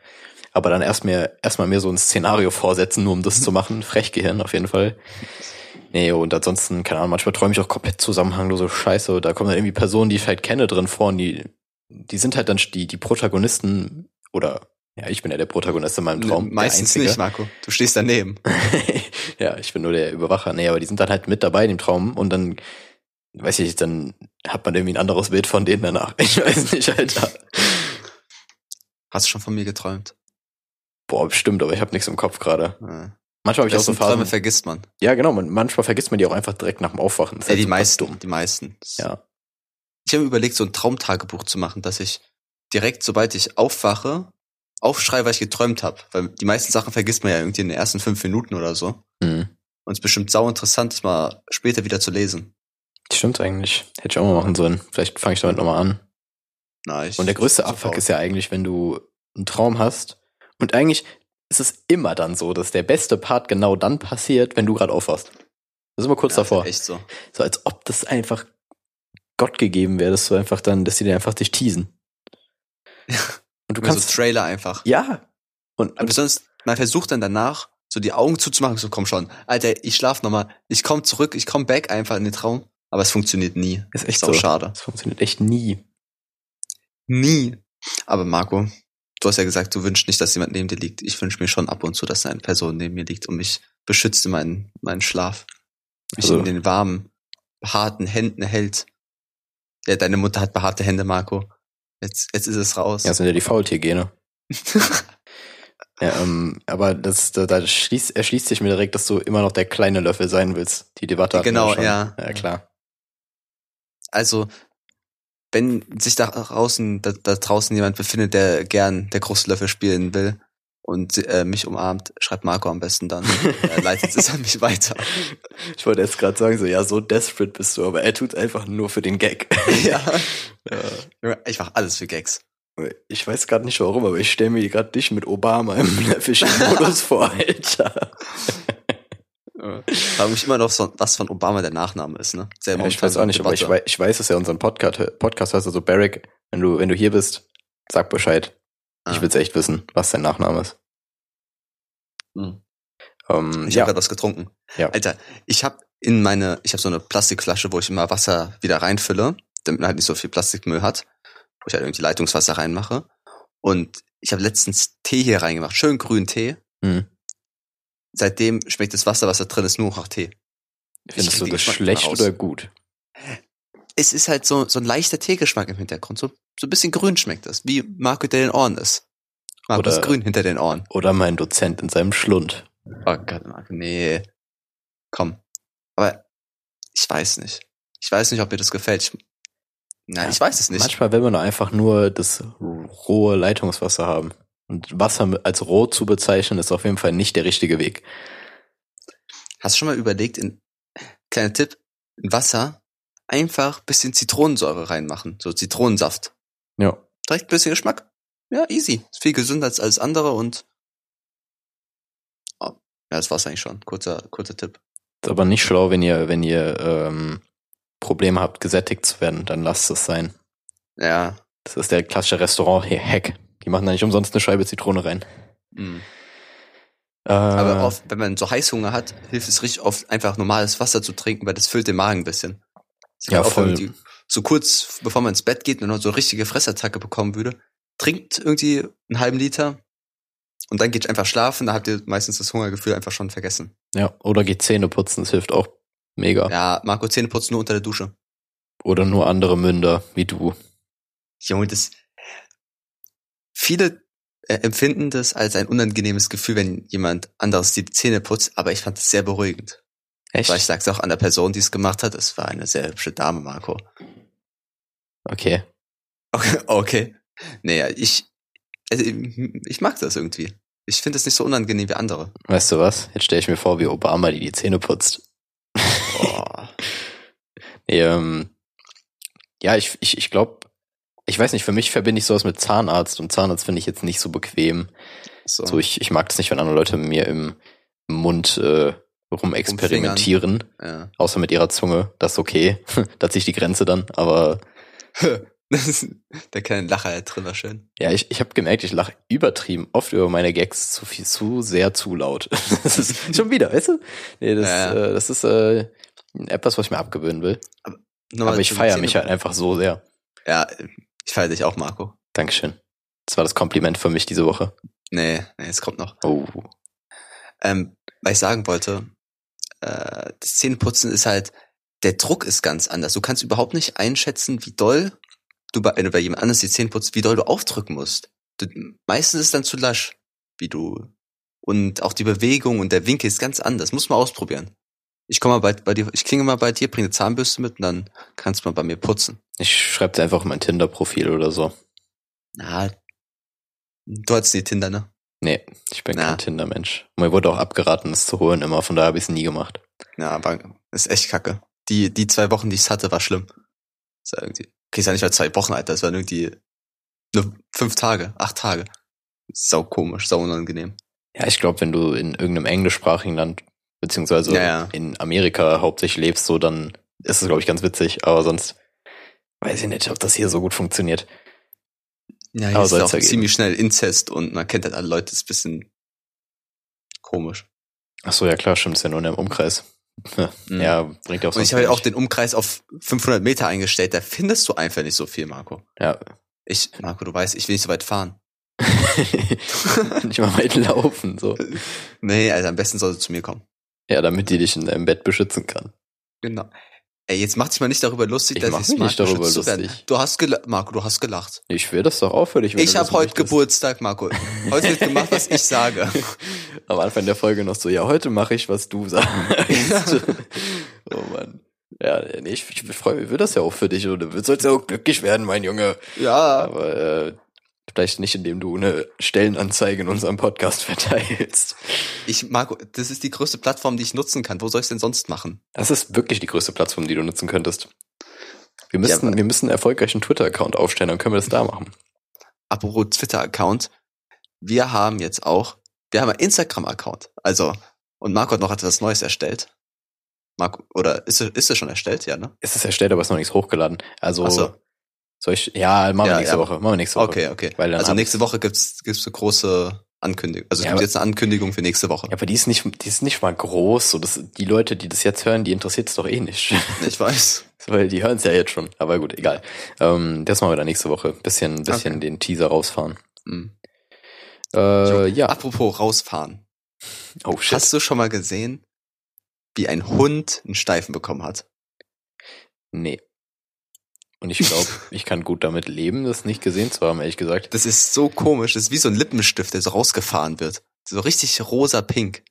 Speaker 2: Aber dann erst mir, erstmal mir so ein Szenario vorsetzen, nur um
Speaker 1: Mhm.
Speaker 2: das zu machen. Frechgehirn auf jeden Fall. Nee, und ansonsten, keine Ahnung, manchmal träume ich auch komplett zusammenhanglose Scheiße. Da kommen dann irgendwie Personen, die ich halt kenne, drin vor und die, die sind halt dann die, die Protagonisten oder, ja, ich bin ja der Protagonist in meinem Traum. der
Speaker 1: Meistens
Speaker 2: Einzige.
Speaker 1: nicht, Marco. Du stehst daneben.
Speaker 2: ja, ich bin nur der Überwacher. Nee, aber die sind dann halt mit dabei in dem Traum und dann, weiß ich, dann hat man irgendwie ein anderes Bild von denen danach. Ich weiß nicht, Alter.
Speaker 1: Hast du schon von mir geträumt?
Speaker 2: Boah, bestimmt, aber ich habe nichts im Kopf gerade.
Speaker 1: Äh.
Speaker 2: Manchmal habe ich auch so
Speaker 1: Besten Träume
Speaker 2: Phasen.
Speaker 1: vergisst man.
Speaker 2: Ja, genau, man, manchmal vergisst man die auch einfach direkt nach dem Aufwachen. Das ist halt
Speaker 1: Ja, die
Speaker 2: super
Speaker 1: meisten,
Speaker 2: dumm.
Speaker 1: die meisten. Das-
Speaker 2: Ja.
Speaker 1: Ich habe überlegt, so ein Traumtagebuch zu machen, dass ich direkt, sobald ich aufwache, aufschreibe, was ich geträumt habe. Weil die meisten Sachen vergisst man ja irgendwie in den ersten fünf Minuten oder so.
Speaker 2: Hm.
Speaker 1: Und es ist bestimmt sau interessant, das mal später wieder zu lesen.
Speaker 2: Stimmt eigentlich. Hätte ich auch mal machen sollen. Vielleicht fange ich damit nochmal an.
Speaker 1: Na, ich
Speaker 2: Und der größte
Speaker 1: so
Speaker 2: Abfuck
Speaker 1: faul.
Speaker 2: ist ja eigentlich, wenn du einen Traum hast. Und eigentlich ist es immer dann so, dass der beste Part genau dann passiert, wenn du gerade aufwachst. Das ist immer kurz
Speaker 1: ja,
Speaker 2: davor.
Speaker 1: Echt so.
Speaker 2: So als ob das einfach Gott gegeben wäre, dass du einfach dann, dass die dir einfach dich teasen. Und du
Speaker 1: Du kannst
Speaker 2: kannst.
Speaker 1: so Trailer einfach.
Speaker 2: ja. Und,
Speaker 1: Aber
Speaker 2: und
Speaker 1: sonst, man versucht dann danach, so die Augen zuzumachen, so komm schon, Alter, ich schlaf nochmal, ich komm zurück, ich komm back einfach in den Traum. Aber es funktioniert nie.
Speaker 2: ist echt
Speaker 1: Sau
Speaker 2: so.
Speaker 1: schade.
Speaker 2: Das funktioniert echt nie.
Speaker 1: Nie. Aber Marco, du hast ja gesagt, du wünschst nicht, dass jemand neben dir liegt. Ich wünsche mir schon ab und zu, dass eine Person neben mir liegt und mich beschützt in meinen, meinen Schlaf. Mich
Speaker 2: Also-
Speaker 1: in den warmen, harten Händen hält. Ja, deine Mutter hat behaarte Hände, Marco. Jetzt, jetzt ist es raus.
Speaker 2: Ja, das sind ja die Faultiergene. ja, ähm, aber das, da, da schließt, erschließt sich mir direkt, dass du immer noch der kleine Löffel sein willst. Die Debatte hatten wir
Speaker 1: Genau,
Speaker 2: schon.
Speaker 1: ja.
Speaker 2: Ja, klar.
Speaker 1: Also, wenn sich da draußen, da, da draußen jemand befindet, der gern der große Löffel spielen will und äh, mich umarmt, schreibt Marco am besten dann. Er leitet es an mich weiter.
Speaker 2: Ich wollte jetzt gerade sagen, so, ja, so desperate bist du, aber er tut einfach nur für den Gag.
Speaker 1: ja.
Speaker 2: Äh,
Speaker 1: Ich mach alles für Gags.
Speaker 2: ich weiß gerade nicht warum, aber ich stelle mir gerade dich mit Obama im Löffelchen-Modus vor, Alter.
Speaker 1: Ich frage mich immer noch, so, was von Obama der Nachname ist, ne? Sehr
Speaker 2: Ja, ich weiß auch nicht, aber ich weiß, ich weiß, dass er unseren Podcast, Podcast heißt, also Barrick, wenn du, wenn du hier bist, sag Bescheid.
Speaker 1: Ah.
Speaker 2: Ich will's echt wissen, was dein Nachname ist.
Speaker 1: Hm.
Speaker 2: Ähm,
Speaker 1: Ich
Speaker 2: ja.
Speaker 1: habe gerade was getrunken.
Speaker 2: Ja.
Speaker 1: Alter, ich habe in meine, ich habe so eine Plastikflasche, wo ich immer Wasser wieder reinfülle, damit man halt nicht so viel Plastikmüll hat, wo ich halt irgendwie Leitungswasser reinmache. Und ich habe letztens Tee hier reingemacht, schön grünen Tee.
Speaker 2: Hm.
Speaker 1: Seitdem schmeckt das Wasser, was da drin ist, nur noch nach Tee.
Speaker 2: Findest du
Speaker 1: krieg den
Speaker 2: das
Speaker 1: Geschmack
Speaker 2: schlecht
Speaker 1: raus.
Speaker 2: oder gut?
Speaker 1: Es ist halt so, so ein leichter Teegeschmack im Hintergrund. So, so ein bisschen grün schmeckt das, wie Marco hinter den Ohren ist. Marco
Speaker 2: Oder-
Speaker 1: ist grün hinter den Ohren.
Speaker 2: Oder mein Dozent in seinem Schlund?
Speaker 1: Oh Gott, Marco, nee. Komm. Aber ich weiß nicht. Ich weiß nicht, ob mir das gefällt. Ich, na,
Speaker 2: Ja,
Speaker 1: ich weiß es nicht.
Speaker 2: Manchmal will man doch einfach nur das rohe Leitungswasser haben. Und Wasser mit- als roh zu bezeichnen, ist auf jeden Fall nicht der richtige Weg.
Speaker 1: Hast du schon mal überlegt, in kleiner Tipp, in Wasser einfach bisschen Zitronensäure reinmachen, so Zitronensaft.
Speaker 2: Ja.
Speaker 1: Direkt ein bisschen Geschmack. Ja, easy. Ist viel gesünder als alles andere und oh, ja, das war's eigentlich schon. Kurzer, kurzer Tipp.
Speaker 2: Ist aber nicht schlau, wenn ihr, wenn ihr ähm, Probleme habt, gesättigt zu werden, dann lasst es sein.
Speaker 1: Ja.
Speaker 2: Das ist der klassische Restaurant-Hack. Die machen da nicht umsonst eine Scheibe Zitrone rein. Hm.
Speaker 1: mm.
Speaker 2: Äh,
Speaker 1: Aber oft, wenn man so Heißhunger hat, hilft es richtig oft, einfach normales Wasser zu trinken, weil das füllt den Magen ein bisschen. Das
Speaker 2: Ja,
Speaker 1: kann auch, wenn man
Speaker 2: voll.
Speaker 1: die- So kurz bevor man ins Bett geht und noch so eine richtige Fressattacke bekommen würde, trinkt irgendwie einen halben Liter und dann geht einfach schlafen, da habt ihr meistens das Hungergefühl einfach schon vergessen.
Speaker 2: Ja, oder geht Zähne putzen, das hilft auch mega.
Speaker 1: Ja, Marco, Zähne putzen nur unter der Dusche.
Speaker 2: Oder nur andere Münder, wie du.
Speaker 1: Junge, das. Viele äh, empfinden das als ein unangenehmes Gefühl, wenn jemand anderes die Zähne putzt, aber ich fand es sehr beruhigend.
Speaker 2: Echt?
Speaker 1: Vielleicht lag es auch an der Person, die es gemacht hat. Es war eine sehr hübsche Dame, Marco.
Speaker 2: Okay.
Speaker 1: Okay. okay. Naja, ich, also, ich mag das irgendwie. Ich finde es nicht so unangenehm wie andere.
Speaker 2: Weißt du was? Jetzt stelle ich mir vor, wie Obama die, die Zähne putzt.
Speaker 1: Boah.
Speaker 2: Ähm, ja, ich, ich, ich glaube, ich weiß nicht, für mich verbinde ich sowas mit Zahnarzt und Zahnarzt finde ich jetzt nicht so bequem.
Speaker 1: So.
Speaker 2: So, ich, ich mag das nicht, wenn andere Leute mit mir im Mund äh, rumexperimentieren,
Speaker 1: ja.
Speaker 2: außer mit ihrer Zunge. Das ist okay. da ziehe ich die Grenze dann, aber
Speaker 1: Das ist- der kleine Lacher drin war schön.
Speaker 2: Ja, ich, ich habe gemerkt, ich lache übertrieben oft über meine Gags zu viel, zu sehr, zu laut. Das ist schon wieder, weißt du? Nee, das,
Speaker 1: Ja.
Speaker 2: äh, das ist äh, etwas, was ich mir abgewöhnen will.
Speaker 1: Nochmal
Speaker 2: Aber ich
Speaker 1: zum
Speaker 2: feiere
Speaker 1: Zähne-
Speaker 2: mich halt einfach so sehr.
Speaker 1: Ja, ich feiere dich auch, Marco.
Speaker 2: Dankeschön. Das war das Kompliment für mich diese Woche.
Speaker 1: Nee, nee, es kommt noch.
Speaker 2: Oh.
Speaker 1: Ähm, was ich sagen wollte, äh, das Zähneputzen ist halt, der Druck ist ganz anders. Du kannst überhaupt nicht einschätzen, wie doll du bei, wenn du bei jemand anders die Zähne putzt, wie doll du aufdrücken musst. Du, meistens ist es dann zu lasch, wie du. Und auch die Bewegung und der Winkel ist ganz anders. Muss man ausprobieren. Ich komme mal bei, bei dir, ich klinge mal bei dir, bringe eine Zahnbürste mit und dann kannst du mal bei mir putzen.
Speaker 2: Ich schreibe dir einfach auf mein Tinder-Profil oder so.
Speaker 1: Na, du hattest die Tinder, ne?
Speaker 2: Nee, ich bin
Speaker 1: Na.
Speaker 2: kein Tinder-Mensch. Mir wurde auch abgeraten, es zu holen immer, von daher habe ich es nie gemacht.
Speaker 1: Ja, aber ist echt kacke. Die, die zwei Wochen, die ich hatte, war schlimm. Das war irgendwie, okay, ist ja nicht mal zwei Wochen, Alter, das waren irgendwie nur fünf Tage, acht Tage. Sau komisch, sau unangenehm.
Speaker 2: Ja, ich glaube, wenn du in irgendeinem englischsprachigen Land, beziehungsweise
Speaker 1: Ja, ja.
Speaker 2: in Amerika hauptsächlich lebst, so dann ist es, glaube ich, ganz witzig. Aber sonst weiß ich nicht, ob das hier so gut funktioniert.
Speaker 1: Ja, hier
Speaker 2: Aber
Speaker 1: ist
Speaker 2: soll's
Speaker 1: auch
Speaker 2: ja geben.
Speaker 1: halt ziemlich schnell Inzest und man kennt halt alle Leute, ist ein bisschen komisch.
Speaker 2: Ach so, ja klar, stimmt, ist ja nur in deinem Umkreis.
Speaker 1: Mhm.
Speaker 2: Ja, bringt ja auch
Speaker 1: Und ich
Speaker 2: sonst
Speaker 1: habe halt auch
Speaker 2: wenig.
Speaker 1: den Umkreis auf 500 Meter eingestellt, da findest du einfach nicht so viel, Marco.
Speaker 2: Ja.
Speaker 1: Ich, Marco, du weißt, ich will nicht so weit fahren.
Speaker 2: nicht mal weit laufen, so.
Speaker 1: Nee, also am besten sollst du zu mir kommen.
Speaker 2: Ja, damit die dich in deinem Bett beschützen kann.
Speaker 1: Genau. Ey, jetzt mach dich mal nicht darüber lustig,
Speaker 2: Ich
Speaker 1: dass
Speaker 2: mach
Speaker 1: ich
Speaker 2: mich
Speaker 1: mag,
Speaker 2: nicht darüber
Speaker 1: beschützt zu werden.
Speaker 2: lustig.
Speaker 1: Du hast gelacht, Marco, du hast gelacht.
Speaker 2: Ich will das doch auffällig,
Speaker 1: Ich habe heute Geburtstag, Marco. Heute wird gemacht, was ich sage.
Speaker 2: Am Anfang der Folge noch so, ja, heute mache ich, was du sagst. oh Mann. Ja, nee, ich, ich freue mich, will das ja auch für dich und du sollst ja auch glücklich werden, mein Junge.
Speaker 1: Ja,
Speaker 2: Aber äh, vielleicht nicht, indem du eine Stellenanzeige in unserem Podcast verteilst.
Speaker 1: ich, Marco, das ist die größte Plattform, die ich nutzen kann. Wo soll ich denn sonst machen?
Speaker 2: Das ist wirklich die größte Plattform, die du nutzen könntest. Wir müssen,
Speaker 1: aber-
Speaker 2: wir müssen einen erfolgreichen Twitter-Account aufstellen, dann können wir das da machen.
Speaker 1: Apropos Twitter-Account. Wir haben jetzt auch, wir haben einen Instagram-Account. Also, und Marco hat noch etwas Neues erstellt. Marco, oder ist es, ist es schon erstellt? Ja, ne?
Speaker 2: Es ist erstellt, aber es ist noch nichts hochgeladen. Also,
Speaker 1: Ach so.
Speaker 2: soll ich, ja, machen wir
Speaker 1: Ja,
Speaker 2: nächste
Speaker 1: ja.
Speaker 2: Woche, machen wir nächste Woche.
Speaker 1: Okay, okay.
Speaker 2: Weil dann
Speaker 1: Also
Speaker 2: hab-
Speaker 1: nächste Woche gibt's, gibt's eine große Ankündigung. Also es
Speaker 2: Ja,
Speaker 1: gibt
Speaker 2: aber-
Speaker 1: jetzt eine Ankündigung für nächste Woche.
Speaker 2: Ja, aber die ist nicht, die ist nicht mal groß. So, das, die Leute, die das jetzt hören, die interessiert es doch eh nicht.
Speaker 1: Ich weiß.
Speaker 2: Weil die hören es ja jetzt schon. Aber gut, egal. Ähm, das machen wir dann nächste Woche. Bisschen, bisschen
Speaker 1: Okay.
Speaker 2: den Teaser rausfahren.
Speaker 1: Hm.
Speaker 2: Äh, ja.
Speaker 1: Apropos rausfahren.
Speaker 2: Oh shit.
Speaker 1: Hast du schon mal gesehen, wie ein Hund einen Steifen bekommen hat.
Speaker 2: Nee. Und ich glaube, ich kann gut damit leben, das nicht gesehen zu haben, ehrlich gesagt.
Speaker 1: Das ist so komisch. Das ist wie so ein Lippenstift, der so rausgefahren wird. So richtig rosa-pink.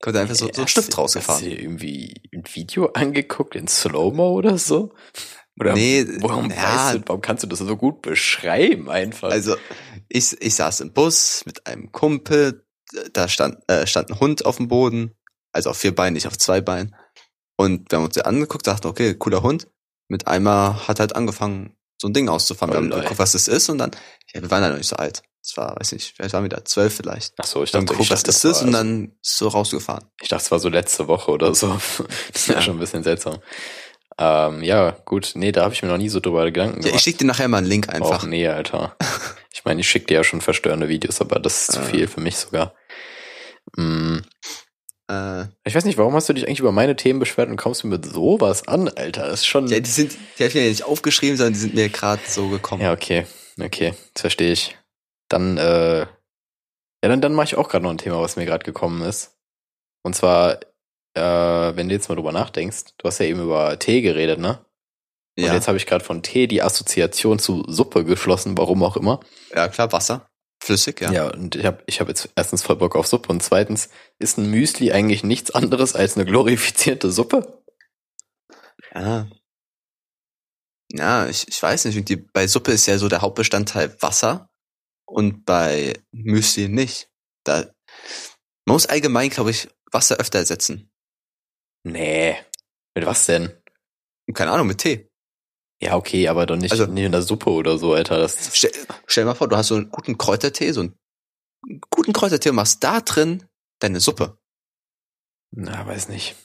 Speaker 1: Kommt einfach so, so ein
Speaker 2: Hast
Speaker 1: Stift
Speaker 2: du- Hast
Speaker 1: rausgefahren.
Speaker 2: du dir irgendwie ein Video angeguckt in Slow-Mo oder so? Oder
Speaker 1: Nee,
Speaker 2: warum,
Speaker 1: ja.
Speaker 2: weißt du, warum kannst du das so gut beschreiben einfach?
Speaker 1: Also ich, ich saß im Bus mit einem Kumpel, da stand, äh, stand ein Hund auf dem Boden, also auf vier Beinen, nicht auf zwei Beinen. Und wir haben uns den angeguckt, dachten, okay, cooler Hund. Mit einmal hat halt angefangen, so ein Ding auszufahren. Wir
Speaker 2: Oh,
Speaker 1: haben
Speaker 2: lol.
Speaker 1: geguckt, was das ist und dann, ja, wir waren ja noch nicht so alt. Das war, weiß nicht, vielleicht waren wir da zwölf vielleicht.
Speaker 2: Ach so, ich
Speaker 1: Wir haben
Speaker 2: dachte,
Speaker 1: geguckt,
Speaker 2: ich also
Speaker 1: was
Speaker 2: dachte,
Speaker 1: das
Speaker 2: das war,
Speaker 1: ist und dann ist so rausgefahren.
Speaker 2: ich dachte, es war so letzte Woche oder so. Das ist ja
Speaker 1: Ja.
Speaker 2: schon ein bisschen seltsam. Ähm, ja, gut. Nee, da habe ich mir noch nie so drüber Gedanken
Speaker 1: Ja, ich schick dir nachher mal einen Link einfach.
Speaker 2: Och, nee, Alter. Ich meine, ich schicke dir ja schon verstörende Videos, aber das ist zu
Speaker 1: Ah.
Speaker 2: viel für mich sogar. Mm.
Speaker 1: Äh,
Speaker 2: Ich weiß nicht, warum hast du dich eigentlich über meine Themen beschwert und kommst mit sowas an, Alter? Das ist schon.
Speaker 1: ja, die sind, die hab ich mir ja nicht aufgeschrieben, sondern die sind mir gerade so gekommen.
Speaker 2: Ja, okay. Okay, das verstehe ich. Dann, äh, ja, dann, dann mache ich auch gerade noch ein Thema, was mir gerade gekommen ist. Und zwar, äh, wenn du jetzt mal drüber nachdenkst, du hast ja eben über Tee geredet, ne? Und
Speaker 1: ja.
Speaker 2: jetzt habe ich gerade von Tee die Assoziation zu Suppe geschlossen, warum auch immer.
Speaker 1: ja klar, Wasser. Flüssig, ja.
Speaker 2: Ja, und ich habe ich hab jetzt erstens voll Bock auf Suppe und zweitens ist ein Müsli eigentlich nichts anderes als eine glorifizierte Suppe.
Speaker 1: Ja. Ja, ich, ich weiß nicht. Die, bei Suppe ist ja so der Hauptbestandteil Wasser und bei Müsli nicht. Da, man muss allgemein, glaube ich, Wasser öfter ersetzen.
Speaker 2: Nee. Mit was denn?
Speaker 1: Keine Ahnung, mit Tee.
Speaker 2: Ja, okay, aber doch nicht,
Speaker 1: Also-
Speaker 2: nicht in der Suppe oder so, Alter. Das,
Speaker 1: Stell, stell mal vor, du hast so einen guten Kräutertee, so einen guten Kräutertee und machst da drin deine Suppe.
Speaker 2: na, weiß nicht.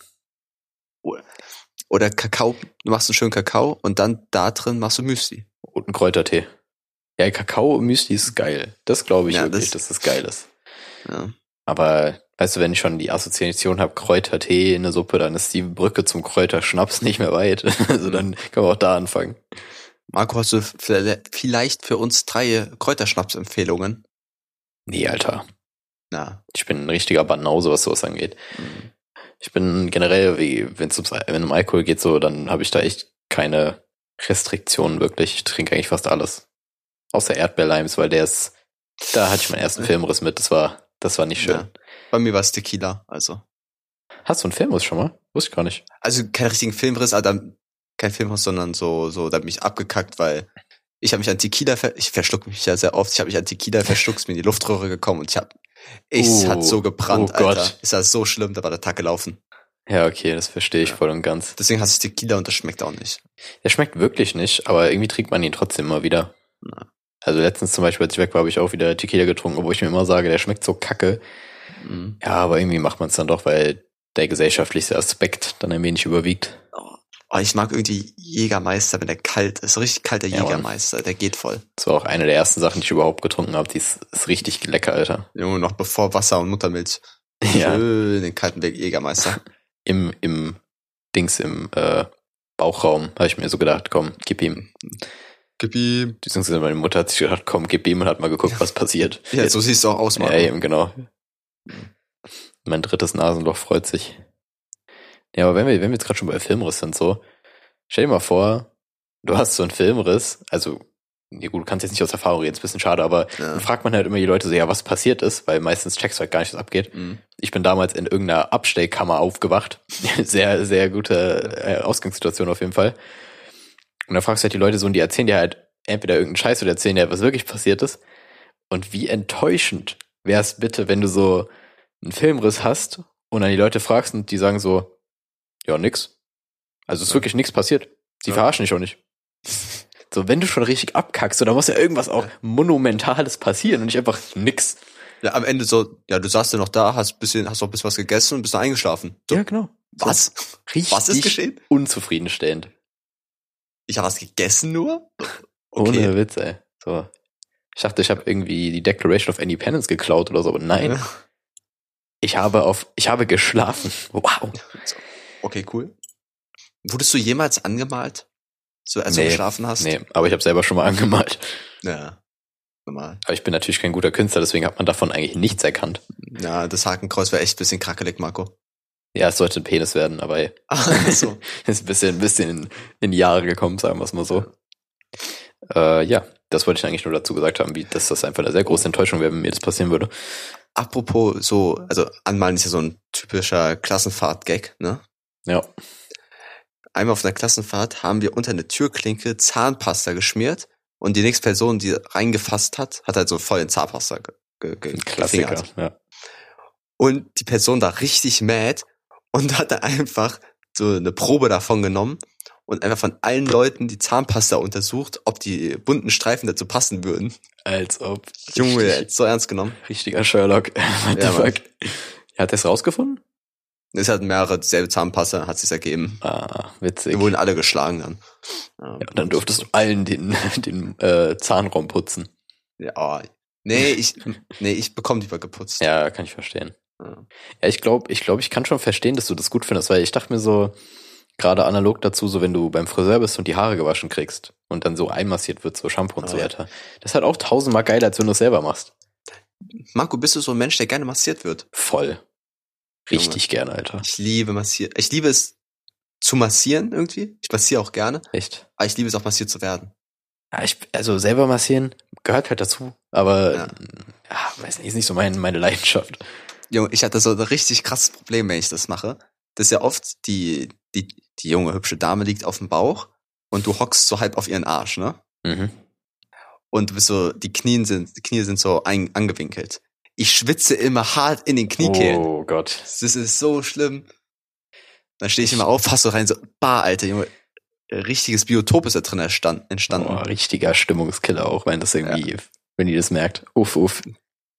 Speaker 1: Oder Kakao, du machst einen schönen Kakao und dann da drin machst du Müsli.
Speaker 2: Und ein Kräutertee. Ja, Kakao-Müsli ist geil. Das glaube ich
Speaker 1: Ja,
Speaker 2: wirklich,
Speaker 1: das-
Speaker 2: dass das geil ist.
Speaker 1: Ja.
Speaker 2: Aber weißt du, wenn ich schon die Assoziation habe, Kräutertee in der Suppe, dann ist die Brücke zum Kräuterschnaps nicht mehr weit.
Speaker 1: Mhm.
Speaker 2: Also dann können wir auch da anfangen.
Speaker 1: Marco, hast du vle- vielleicht für uns drei Kräuterschnaps-Empfehlungen?
Speaker 2: Nee, Alter.
Speaker 1: Na. hm.
Speaker 2: Ich bin ein richtiger Banause, was sowas angeht. Ich bin generell, wie, wenn es ums, wenn um Alkohol geht, so, dann habe ich da echt keine Restriktionen wirklich. Ich trinke eigentlich fast alles. Außer Erdbeerlimes, weil der ist, da hatte ich meinen ersten Filmriss mit. Das war, das war nicht schön.
Speaker 1: Ja. Bei mir war es Tequila, also.
Speaker 2: Hast du einen Filmriss schon mal? Wusste ich gar nicht.
Speaker 1: Also keinen richtigen Filmriss, aber dann, kein Filmriss, sondern so, so, da hab mich abgekackt, weil ich habe mich an Tequila, ver ich verschluck mich ja sehr oft, ich habe mich an Tequila verschluckt, mir in die Luftröhre gekommen und ich hab, ich
Speaker 2: Oh,
Speaker 1: hat so gebrannt,
Speaker 2: oh
Speaker 1: Alter.
Speaker 2: Gott.
Speaker 1: Es war so schlimm, da war der Tag gelaufen.
Speaker 2: Ja, okay, das verstehe ich
Speaker 1: Ja.
Speaker 2: voll und ganz.
Speaker 1: Deswegen hasse ich Tequila und das schmeckt auch nicht.
Speaker 2: Der schmeckt wirklich nicht, aber irgendwie trinkt man ihn trotzdem mal wieder.
Speaker 1: Na.
Speaker 2: Also letztens zum Beispiel, als ich weg war, habe ich auch wieder Tequila getrunken, obwohl ich mir immer sage, der schmeckt so kacke.
Speaker 1: Mhm.
Speaker 2: Ja, aber irgendwie macht man es dann doch, weil der gesellschaftliche Aspekt dann ein wenig überwiegt.
Speaker 1: Aber Oh, ich mag irgendwie Jägermeister, wenn der kalt ist. So richtig kalter
Speaker 2: Ja, Mann.
Speaker 1: Jägermeister, der geht voll.
Speaker 2: Das war auch eine der ersten Sachen, die ich überhaupt getrunken habe. Die ist, ist richtig lecker, Alter.
Speaker 1: Junge, noch bevor Wasser und Muttermilch.
Speaker 2: Ja,
Speaker 1: Schön den kalten Weg Jägermeister.
Speaker 2: im, im Dings, im äh, Bauchraum habe ich mir so gedacht, komm, gib ihm.
Speaker 1: Gib ihm.
Speaker 2: Beziehungsweise meine Mutter hat sich gedacht, komm, gib ihm und hat mal geguckt, was passiert.
Speaker 1: Ja, so siehst du auch aus, Marco.
Speaker 2: Ja, eben, genau. Mein drittes Nasenloch freut sich. Ja, aber wenn wir, wenn wir jetzt gerade schon bei Filmriss sind, so, stell dir mal vor, du hast so einen Filmriss, also, nee, gut, du kannst jetzt nicht aus Erfahrung reden, ist ein bisschen schade, aber
Speaker 1: Ja.
Speaker 2: dann fragt man halt immer die Leute so, ja, was passiert ist, weil meistens checkst du halt gar nicht, was abgeht.
Speaker 1: Mhm.
Speaker 2: Ich bin damals in irgendeiner Abstellkammer aufgewacht. sehr, sehr gute äh, Ausgangssituation auf jeden Fall. Und dann fragst du halt die Leute so und die erzählen dir halt entweder irgendeinen Scheiß oder erzählen dir halt, was wirklich passiert ist. Und wie enttäuschend wär's bitte, wenn du so einen Filmriss hast und dann die Leute fragst und die sagen so, ja, nix. Also ist
Speaker 1: Ja.
Speaker 2: wirklich nichts passiert. Sie
Speaker 1: Ja.
Speaker 2: verarschen dich auch nicht. So, wenn du schon richtig abkackst, so, dann muss ja irgendwas auch Monumentales passieren und nicht einfach nix.
Speaker 1: Ja, am Ende so, ja, du saßt ja noch da, hast bisschen, hast noch ein bisschen was gegessen und bist dann eingeschlafen. So,
Speaker 2: Ja, genau.
Speaker 1: was?
Speaker 2: Richtig
Speaker 1: Was ist geschehen?
Speaker 2: unzufriedenstellend.
Speaker 1: Ich habe was gegessen nur?
Speaker 2: Ohne Witz, ey. So. Ich dachte, ich habe irgendwie die Declaration of Independence geklaut oder so, aber nein.
Speaker 1: Ja.
Speaker 2: Ich habe auf, ich habe geschlafen. Wow.
Speaker 1: Okay, cool. Wurdest du jemals angemalt? So, als
Speaker 2: Nee.
Speaker 1: du geschlafen hast?
Speaker 2: Nee, aber ich habe selber schon mal angemalt.
Speaker 1: Ja. Normal.
Speaker 2: Aber ich bin natürlich kein guter Künstler, deswegen hat man davon eigentlich nichts erkannt.
Speaker 1: Ja, das Hakenkreuz wäre echt ein bisschen krakelig, Marco. Also,
Speaker 2: Ja, es sollte ein Penis werden, aber ey,
Speaker 1: Ach so.
Speaker 2: ist ein bisschen, ein bisschen in, in die Jahre gekommen, sagen wir es mal so. Äh, ja, das wollte ich eigentlich nur dazu gesagt haben, wie, dass das einfach eine sehr große Enttäuschung wäre, wenn mir das passieren würde.
Speaker 1: Apropos so, also anmalen ist ja so ein typischer Klassenfahrt-Gag, ne?
Speaker 2: Ja.
Speaker 1: Einmal auf einer Klassenfahrt haben wir unter eine Türklinke Zahnpasta geschmiert und die nächste Person, die reingefasst hat, hat halt so voll in Zahnpasta ge ge ge gefingert.
Speaker 2: Ja.
Speaker 1: Und die Person da richtig mad und hat da einfach so eine Probe davon genommen und einfach von allen Leuten die Zahnpasta untersucht, ob die bunten Streifen dazu passen würden.
Speaker 2: Als ob.
Speaker 1: Junge, er
Speaker 2: Richtig,
Speaker 1: hat's so ernst genommen.
Speaker 2: richtiger Sherlock. What
Speaker 1: Ja,
Speaker 2: the
Speaker 1: Mann.
Speaker 2: fuck? Hat er es rausgefunden?
Speaker 1: Es hat mehrere dieselbe Zahnpasta, hat sich's ergeben.
Speaker 2: Ah, witzig.
Speaker 1: Wir wurden alle geschlagen dann. Ja,
Speaker 2: Ja, dann durftest du allen den, den äh, Zahnraum putzen.
Speaker 1: Ja, oh. Nee, ich, nee, ich bekomme lieber geputzt.
Speaker 2: Ja, kann ich verstehen.
Speaker 1: Ja.
Speaker 2: Ja, ich glaube, ich glaube, ich kann schon verstehen, dass du das gut findest, weil ich dachte mir so, gerade analog dazu, so wenn du beim Friseur bist und die Haare gewaschen kriegst und dann so einmassiert wird, so Shampoo und
Speaker 1: Ah,
Speaker 2: so
Speaker 1: ja.
Speaker 2: weiter. Das ist halt auch tausendmal geiler, als wenn du es selber machst.
Speaker 1: Marco, bist du so ein Mensch, der gerne massiert wird?
Speaker 2: Voll. Richtig gerne, Alter.
Speaker 1: Ich liebe massieren. Ich liebe es zu massieren irgendwie. Ich massiere auch gerne,
Speaker 2: Echt.
Speaker 1: aber ich liebe es auch massiert zu werden.
Speaker 2: Ja, ich, also selber massieren gehört halt dazu, aber
Speaker 1: Ja.
Speaker 2: ja. weiß nicht, ist nicht so mein, meine Leidenschaft.
Speaker 1: Junge, ich hatte so ein richtig krasses Problem, wenn ich das mache. Das ist ja oft, die, die, die junge, hübsche Dame liegt auf dem Bauch und du hockst so halb auf ihren Arsch, ne?
Speaker 2: Mhm.
Speaker 1: Und du bist so, die Knien sind, die Knie sind so ein, angewinkelt. Ich schwitze immer hart in den Kniekehlen.
Speaker 2: Oh Gott.
Speaker 1: Das ist so schlimm. Dann stehe ich immer auf, fass so rein, so, bah, Alter, Junge. Richtiges Biotop ist da drin erstan- entstanden.
Speaker 2: Boah, richtiger Stimmungskiller auch, wenn das irgendwie, wenn die das merkt. Uff, uff.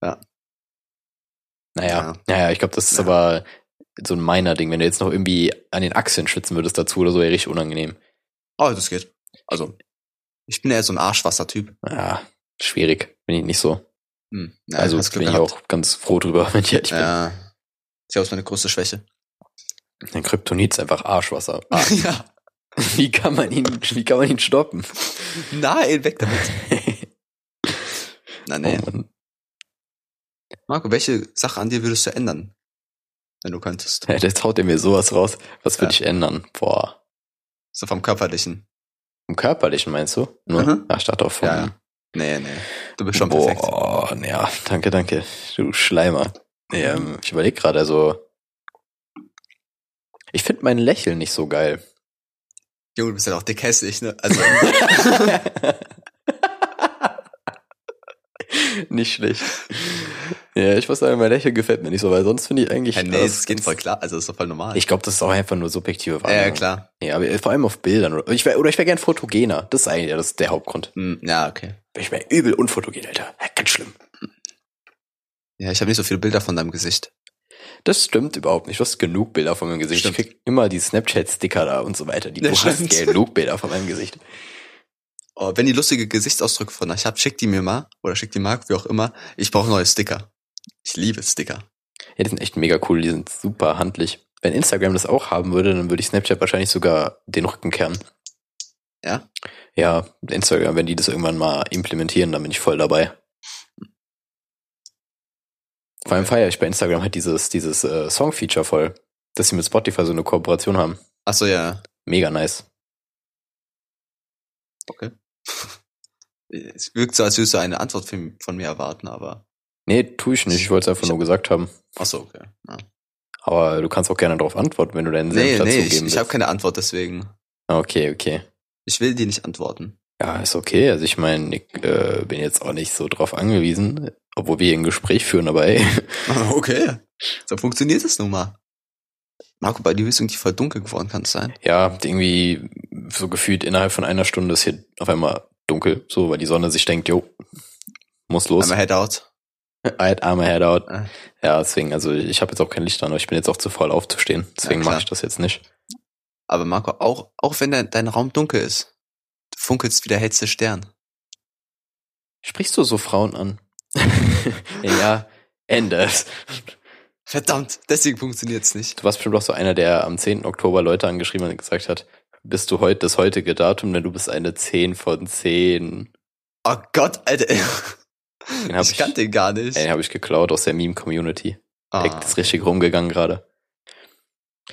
Speaker 1: Ja.
Speaker 2: Naja,
Speaker 1: Ja.
Speaker 2: ja. naja, ich glaube, das ist
Speaker 1: Ja.
Speaker 2: aber so ein meiner Ding. Wenn du jetzt noch irgendwie an den Achseln schwitzen würdest dazu oder so, wäre richtig unangenehm.
Speaker 1: Oh, das geht. Also, ich bin eher so ein Arschwasser-Typ.
Speaker 2: Ja, schwierig. Bin ich nicht so.
Speaker 1: Hm. Ja,
Speaker 2: also
Speaker 1: hast
Speaker 2: bin
Speaker 1: Glück
Speaker 2: ich
Speaker 1: gehabt.
Speaker 2: auch ganz froh drüber, wenn halt ich ehrlich bin.
Speaker 1: Ja. Ich glaube, es ist meine größte Schwäche.
Speaker 2: Dann Kryptonit ist einfach Arschwasser. Ah,
Speaker 1: ja.
Speaker 2: wie kann man ihn, wie kann man ihn stoppen?
Speaker 1: Nein, weg damit. Nein, nee.
Speaker 2: Oh Mann.
Speaker 1: Marco, welche Sache an dir würdest du ändern? Wenn du könntest.
Speaker 2: Ja, Jetzt haut er mir sowas raus. Was würde ich ändern? Boah.
Speaker 1: So vom Körperlichen.
Speaker 2: Vom Körperlichen meinst du? Nur,
Speaker 1: Mhm.
Speaker 2: Ach, ich dachte auch vom,
Speaker 1: Ja, ja. Nee, nee. Du bist schon perfekt.
Speaker 2: Boah, ja, danke, danke. Du Schleimer. Nee, ähm, ich überlege gerade, also. Ich finde mein Lächeln nicht so geil.
Speaker 1: Junge, du bist ja auch dick hässlich, ne? Also,
Speaker 2: nicht schlecht. Ja, ich muss sagen, mein Lächeln gefällt mir nicht so, weil sonst finde ich eigentlich.
Speaker 1: ja, nee,
Speaker 2: das-
Speaker 1: es geht voll klar. Also, ist doch voll normal.
Speaker 2: Ich glaube, das ist auch einfach nur subjektive
Speaker 1: ja,
Speaker 2: Wahrnehmung.
Speaker 1: ja, klar.
Speaker 2: Ja, aber vor allem auf Bildern. Oder ich wäre wär gern fotogener. Das ist eigentlich das ist der Hauptgrund.
Speaker 1: Hm, ja, okay.
Speaker 2: Ich wäre übel unfotogen, Alter. Ganz schlimm.
Speaker 1: Ja, ich habe nicht so viele Bilder von deinem Gesicht.
Speaker 2: Das stimmt überhaupt nicht. Du hast genug Bilder von meinem Gesicht.
Speaker 1: Stimmt.
Speaker 2: Ich krieg immer die Snapchat-Sticker da und so weiter. Die
Speaker 1: Ja,
Speaker 2: du hast
Speaker 1: stimmt.
Speaker 2: genug Bilder von meinem Gesicht.
Speaker 1: Oh, wenn ihr lustige Gesichtsausdrücke von euch habt, schickt die mir mal oder schickt die Marc, wie auch immer. Ich brauche neue Sticker. Ich liebe Sticker.
Speaker 2: Ja, die sind echt mega cool. Die sind super handlich. Wenn Instagram das auch haben würde, dann würde ich Snapchat wahrscheinlich sogar den Rücken kehren.
Speaker 1: Ja?
Speaker 2: Ja, Instagram, wenn die das irgendwann mal implementieren, dann bin ich voll dabei. Vor allem feiere ich bei Instagram halt dieses, dieses äh, Song-Feature voll, dass sie mit Spotify so eine Kooperation haben.
Speaker 1: Ach so, ja.
Speaker 2: Mega nice.
Speaker 1: Es wirkt so, als würdest du eine Antwort von, von mir erwarten, aber.
Speaker 2: Nee, tue ich nicht. Ich wollte es einfach nur gesagt haben.
Speaker 1: Ach so, okay. Ja.
Speaker 2: Aber du kannst auch gerne darauf antworten, wenn du deinen Senf
Speaker 1: Nee,
Speaker 2: dazu
Speaker 1: nee, ich,
Speaker 2: geben Ah,
Speaker 1: ich habe keine Antwort, deswegen.
Speaker 2: Okay, okay.
Speaker 1: Ich will dir nicht antworten.
Speaker 2: Ja, ist okay. Also ich meine, ich äh, bin jetzt auch nicht so drauf angewiesen, obwohl wir hier ein Gespräch führen, aber ey.
Speaker 1: Okay. So funktioniert es nun mal. Marco, bei dir ist irgendwie voll dunkel geworden, kann es sein?
Speaker 2: Ja, irgendwie so gefühlt innerhalb von einer Stunde ist hier auf einmal dunkel, so, weil die Sonne sich denkt, jo, muss los.
Speaker 1: Einmal head out.
Speaker 2: I had arm head out.
Speaker 1: Ah.
Speaker 2: Ja, deswegen, also ich habe jetzt auch kein Licht an, aber ich bin jetzt auch zu faul aufzustehen. Deswegen
Speaker 1: klar.
Speaker 2: mache ich das jetzt nicht.
Speaker 1: Aber Marco, auch, auch wenn dein, dein Raum dunkel ist, du funkelst wie der hellste Stern.
Speaker 2: Sprichst du so Frauen an? ja, Ende.
Speaker 1: Verdammt, deswegen funktioniert's nicht.
Speaker 2: Du warst bestimmt auch so einer, der am 10. Oktober Leute angeschrieben hat und gesagt hat, bist du heute das heutige Datum, denn du bist eine 10 von 10.
Speaker 1: Oh Gott, Alter.
Speaker 2: Den hab
Speaker 1: ich,
Speaker 2: ich-
Speaker 1: kannte den gar nicht.
Speaker 2: Ey, den habe ich geklaut aus der Meme-Community.
Speaker 1: Ah.
Speaker 2: Direkt ist richtig rumgegangen gerade.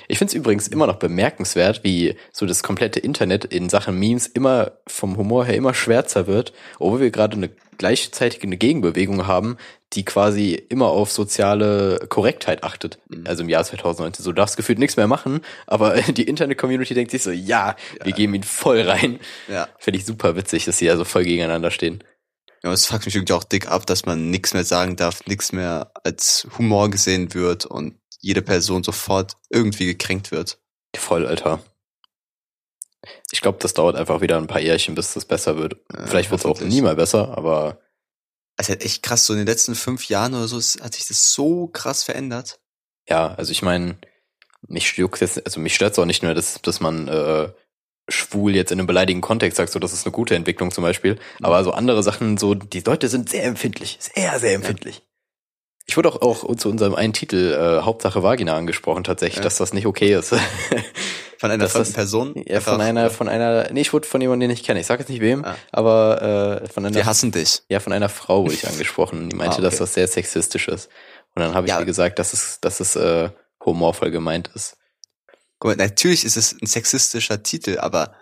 Speaker 2: Ich finde es übrigens immer noch bemerkenswert, wie so das komplette Internet in Sachen Memes immer vom Humor her immer schwärzer wird, obwohl wir gerade eine gleichzeitige eine Gegenbewegung haben, die quasi immer auf soziale Korrektheit achtet.
Speaker 1: Mhm.
Speaker 2: Also im Jahr 2019, so du darfst gefühlt nichts mehr machen, aber die Internet-Community denkt sich so, ja, wir geben ihn voll rein.
Speaker 1: Ja.
Speaker 2: Finde ich super witzig, dass sie ja so voll gegeneinander stehen.
Speaker 1: Ja, aber es fuckt mich irgendwie auch dick ab, dass man nichts mehr sagen darf, nichts mehr als Humor gesehen wird und jede Person sofort irgendwie gekränkt wird.
Speaker 2: Voll, Alter. Ich glaube, das dauert einfach wieder ein paar Jährchen, bis das besser wird.
Speaker 1: Äh,
Speaker 2: Vielleicht wird es auch
Speaker 1: hoffentlich.
Speaker 2: nie mal besser, aber
Speaker 1: Also halt echt krass, so in den letzten fünf Jahren oder so ist, hat sich das so krass verändert.
Speaker 2: ja, also ich meine, mich juckt jetzt, also mich stört's auch nicht nur, dass, dass man äh, schwul jetzt in einem beleidigenden Kontext sagt, so das ist eine gute Entwicklung zum Beispiel. Aber so andere Sachen, so die Leute sind sehr empfindlich, sehr, sehr empfindlich. Ich wurde auch, auch zu unserem einen Titel äh, Hauptsache Vagina angesprochen tatsächlich,
Speaker 1: Ja.
Speaker 2: dass das nicht okay ist.
Speaker 1: Von einer
Speaker 2: Das
Speaker 1: fremden
Speaker 2: ist-
Speaker 1: Person.
Speaker 2: ja, von
Speaker 1: einfach,
Speaker 2: einer, von einer, nee, ich wurde von jemandem, den ich kenne. Ich sag jetzt nicht wem,
Speaker 1: Ah.
Speaker 2: aber äh, von einer
Speaker 1: Wir hassen dich.
Speaker 2: Ja, von einer Frau wurde ich angesprochen. Die meinte,
Speaker 1: Ah, okay.
Speaker 2: dass das sehr sexistisch ist. Und dann habe ich
Speaker 1: Ja.
Speaker 2: ihr gesagt, dass es, dass es äh, humorvoll gemeint ist.
Speaker 1: Guck mal, natürlich ist es ein sexistischer Titel, aber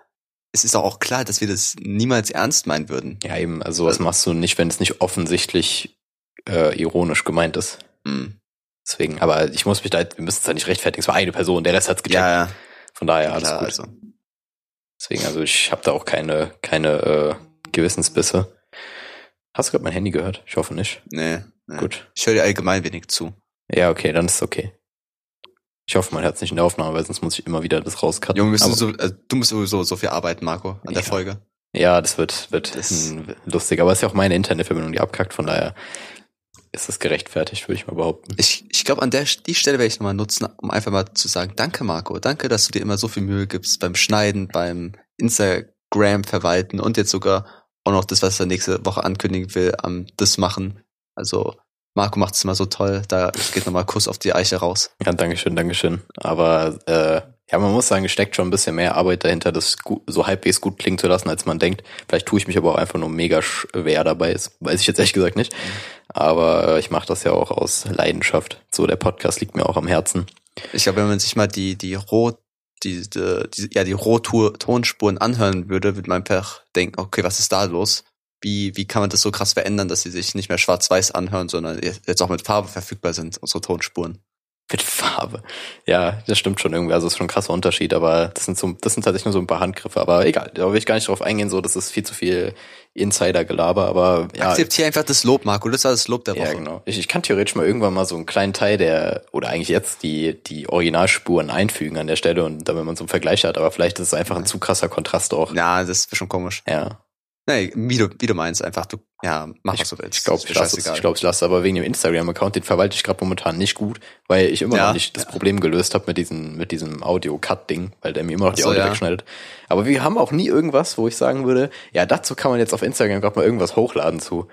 Speaker 1: es ist doch auch klar, dass wir das niemals ernst meinen würden.
Speaker 2: Ja, eben, also sowas machst du nicht, wenn es nicht offensichtlich äh, ironisch gemeint ist.
Speaker 1: Mhm.
Speaker 2: Deswegen, aber ich muss mich da, wir müssen es da nicht rechtfertigen. Es war eine Person, der Rest hat's gecheckt.
Speaker 1: Ja, ja,
Speaker 2: Von daher alles
Speaker 1: klar,
Speaker 2: gut.
Speaker 1: also.
Speaker 2: Deswegen, also ich habe da auch keine, keine äh, Gewissensbisse. Hast du gerade mein Handy gehört? Ich hoffe nicht.
Speaker 1: Nee, nee.
Speaker 2: Gut.
Speaker 1: Ich höre dir allgemein wenig zu.
Speaker 2: Ja, okay, dann ist es okay. Ich hoffe, man hört's nicht in der Aufnahme, weil sonst muss ich immer wieder das rauscutten.
Speaker 1: Junge, bist du,
Speaker 2: Aber-
Speaker 1: so, also, du musst sowieso so viel arbeiten, Marco, an der
Speaker 2: Ja.
Speaker 1: Folge.
Speaker 2: Ja, das wird, wird
Speaker 1: Das-
Speaker 2: hm, lustig. Aber es ist ja auch meine Internetverbindung, die abkackt. Von daher ist das gerechtfertigt, würde ich mal behaupten.
Speaker 1: Ich, ich glaube, an der die Stelle werde ich nochmal nutzen, um einfach mal zu sagen, danke Marco, danke, dass du dir immer so viel Mühe gibst beim Schneiden, beim Instagram verwalten und jetzt sogar auch noch das, was er nächste Woche ankündigen will, am das machen. Also Marco macht es immer so toll, da geht nochmal Kuss auf die Eiche raus.
Speaker 2: Ja, Dankeschön, Dankeschön. Aber äh, ja, man muss sagen, es steckt schon ein bisschen mehr Arbeit dahinter, das gut, so halbwegs gut klingen zu lassen, als man denkt. Vielleicht tue ich mich aber auch einfach nur mega schwer dabei. Das weiß ich jetzt ehrlich gesagt nicht. Aber äh, ich mache das ja auch aus Leidenschaft. So, der Podcast liegt mir auch am Herzen.
Speaker 1: Ich glaube, wenn man sich mal die, die Rot, die, die, die, ja, die Rot-Tonspuren anhören würde, würde man einfach denken, okay, was ist da los? Wie, wie kann man das so krass verändern, dass sie sich nicht mehr schwarz-weiß anhören, sondern jetzt jetzt auch mit Farbe verfügbar sind, unsere Tonspuren?
Speaker 2: Mit Farbe. Ja, das stimmt schon irgendwie. Also es ist schon ein krasser Unterschied, aber das sind, so, das sind tatsächlich nur so ein paar Handgriffe. Aber egal, da will ich gar nicht drauf eingehen, so das ist viel zu viel Insider-Gelaber, aber ja.
Speaker 1: Akzeptiere einfach das Lob, Marco. Das war das Lob der Woche.
Speaker 2: Ja, genau. Ich, ich kann theoretisch mal irgendwann mal so einen kleinen Teil der, oder eigentlich jetzt die, die Originalspuren einfügen an der Stelle und damit man so einen Vergleich hat, aber vielleicht ist es einfach ein zu krasser Kontrast auch.
Speaker 1: Ja, das ist schon komisch.
Speaker 2: Ja,
Speaker 1: Nee, wie du, wie du meinst, einfach du, ja, mach was du willst.
Speaker 2: ich glaube,
Speaker 1: Ist mir
Speaker 2: ich lasse es,
Speaker 1: scheißegal.
Speaker 2: ich glaub, ich lasse es, aber wegen dem Instagram-Account, den verwalte ich gerade momentan nicht gut, weil ich immer
Speaker 1: Ja.
Speaker 2: noch nicht das Problem gelöst habe mit, diesem mit diesem Audio-Cut-Ding, weil der mir immer noch die
Speaker 1: Ach so,
Speaker 2: Audio
Speaker 1: ja.
Speaker 2: wegschneidet. Aber wir haben auch nie irgendwas, wo ich sagen würde, ja, dazu kann man jetzt auf Instagram gerade mal irgendwas hochladen zu.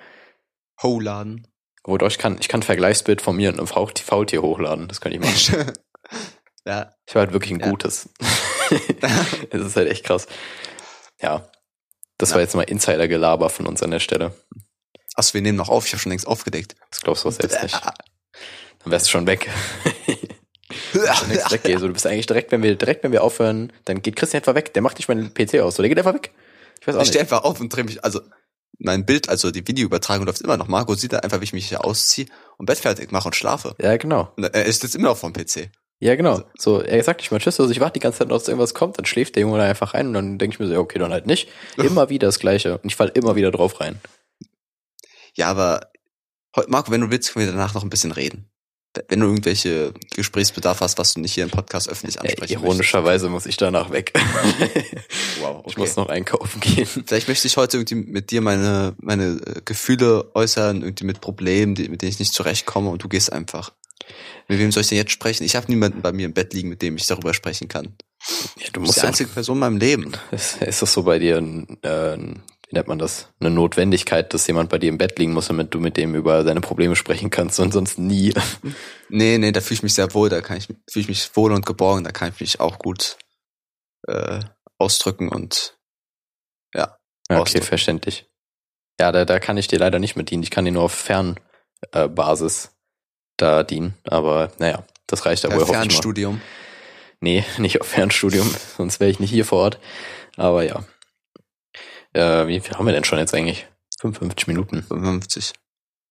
Speaker 1: Ho-Laden.
Speaker 2: Wodurch ich kann, ich kann ein Vergleichsbild von mir und einem Fault- Faultier hochladen, das könnte ich machen.
Speaker 1: ja,
Speaker 2: Ich war halt wirklich ein
Speaker 1: Ja.
Speaker 2: gutes. Es ist halt echt krass. Ja. Das war jetzt mal Insider-Gelaber von uns an der Stelle.
Speaker 1: achso, wir nehmen noch auf. Ich habe schon längst aufgedeckt.
Speaker 2: Das glaubst du auch selbst nicht. Dann wärst du schon weg. schon längst weggehe. So, du bist eigentlich direkt, wenn wir direkt, wenn wir aufhören, dann geht Christian einfach weg. Der macht nicht meinen PC aus, so, der geht einfach weg. Ich weiß auch
Speaker 1: Ich stehe
Speaker 2: nicht.
Speaker 1: einfach auf und drehe mich, also mein Bild, also die Videoübertragung läuft immer noch. Marco sieht da einfach, wie ich mich hier ausziehe und Bett fertig mache und schlafe.
Speaker 2: Ja, genau.
Speaker 1: Und er ist jetzt immer noch vom PC.
Speaker 2: Ja, genau. So, er sagt nicht mal Tschüss, also ich warte die ganze Zeit noch, dass irgendwas kommt, dann schläft der Junge da einfach ein und dann denke ich mir so, ja, okay, dann halt nicht. Immer wieder das Gleiche. Und ich falle immer wieder drauf rein.
Speaker 1: Ja, aber heu- Marco, wenn du willst, können wir danach noch ein bisschen reden. Wenn du irgendwelche Gesprächsbedarf hast, was du nicht hier im Podcast öffentlich
Speaker 2: Äh,
Speaker 1: ansprechen
Speaker 2: ironischerweise muss ich danach weg.
Speaker 1: möchtest. Wow, okay.
Speaker 2: Ich muss noch einkaufen gehen.
Speaker 1: Vielleicht möchte ich heute irgendwie mit dir meine, meine äh, Gefühle äußern, irgendwie mit Problemen, die, mit denen ich nicht zurechtkomme und du gehst einfach. Mit wem soll ich denn jetzt sprechen? Ich habe niemanden bei mir im Bett liegen, mit dem ich darüber sprechen kann.
Speaker 2: Ja, du
Speaker 1: Du bist
Speaker 2: musst
Speaker 1: die
Speaker 2: ja
Speaker 1: einzige Person in meinem Leben.
Speaker 2: Ist, ist das so bei dir, ein, äh, ein- wie nennt man das, eine Notwendigkeit, dass jemand bei dir im Bett liegen muss, damit du mit dem über seine Probleme sprechen kannst und sonst nie?
Speaker 1: Nee, nee, da fühle ich mich sehr wohl, da kann ich, fühle ich mich wohl und geborgen, da kann ich mich auch gut äh, ausdrücken und
Speaker 2: Ja, okay,
Speaker 1: Ausdruck.
Speaker 2: verständlich. Ja, da, da kann ich dir leider nicht mit dienen. Ich kann dir nur auf Fernbasis äh, Basis da dienen. Aber naja, das reicht ja
Speaker 1: per
Speaker 2: wohl hoffentlich mal.
Speaker 1: Fernstudium.
Speaker 2: Nee, nicht auf Fernstudium, sonst wäre ich nicht hier vor Ort. Aber ja. Äh, wie viel haben wir denn schon jetzt eigentlich? 55 Minuten.
Speaker 1: 55.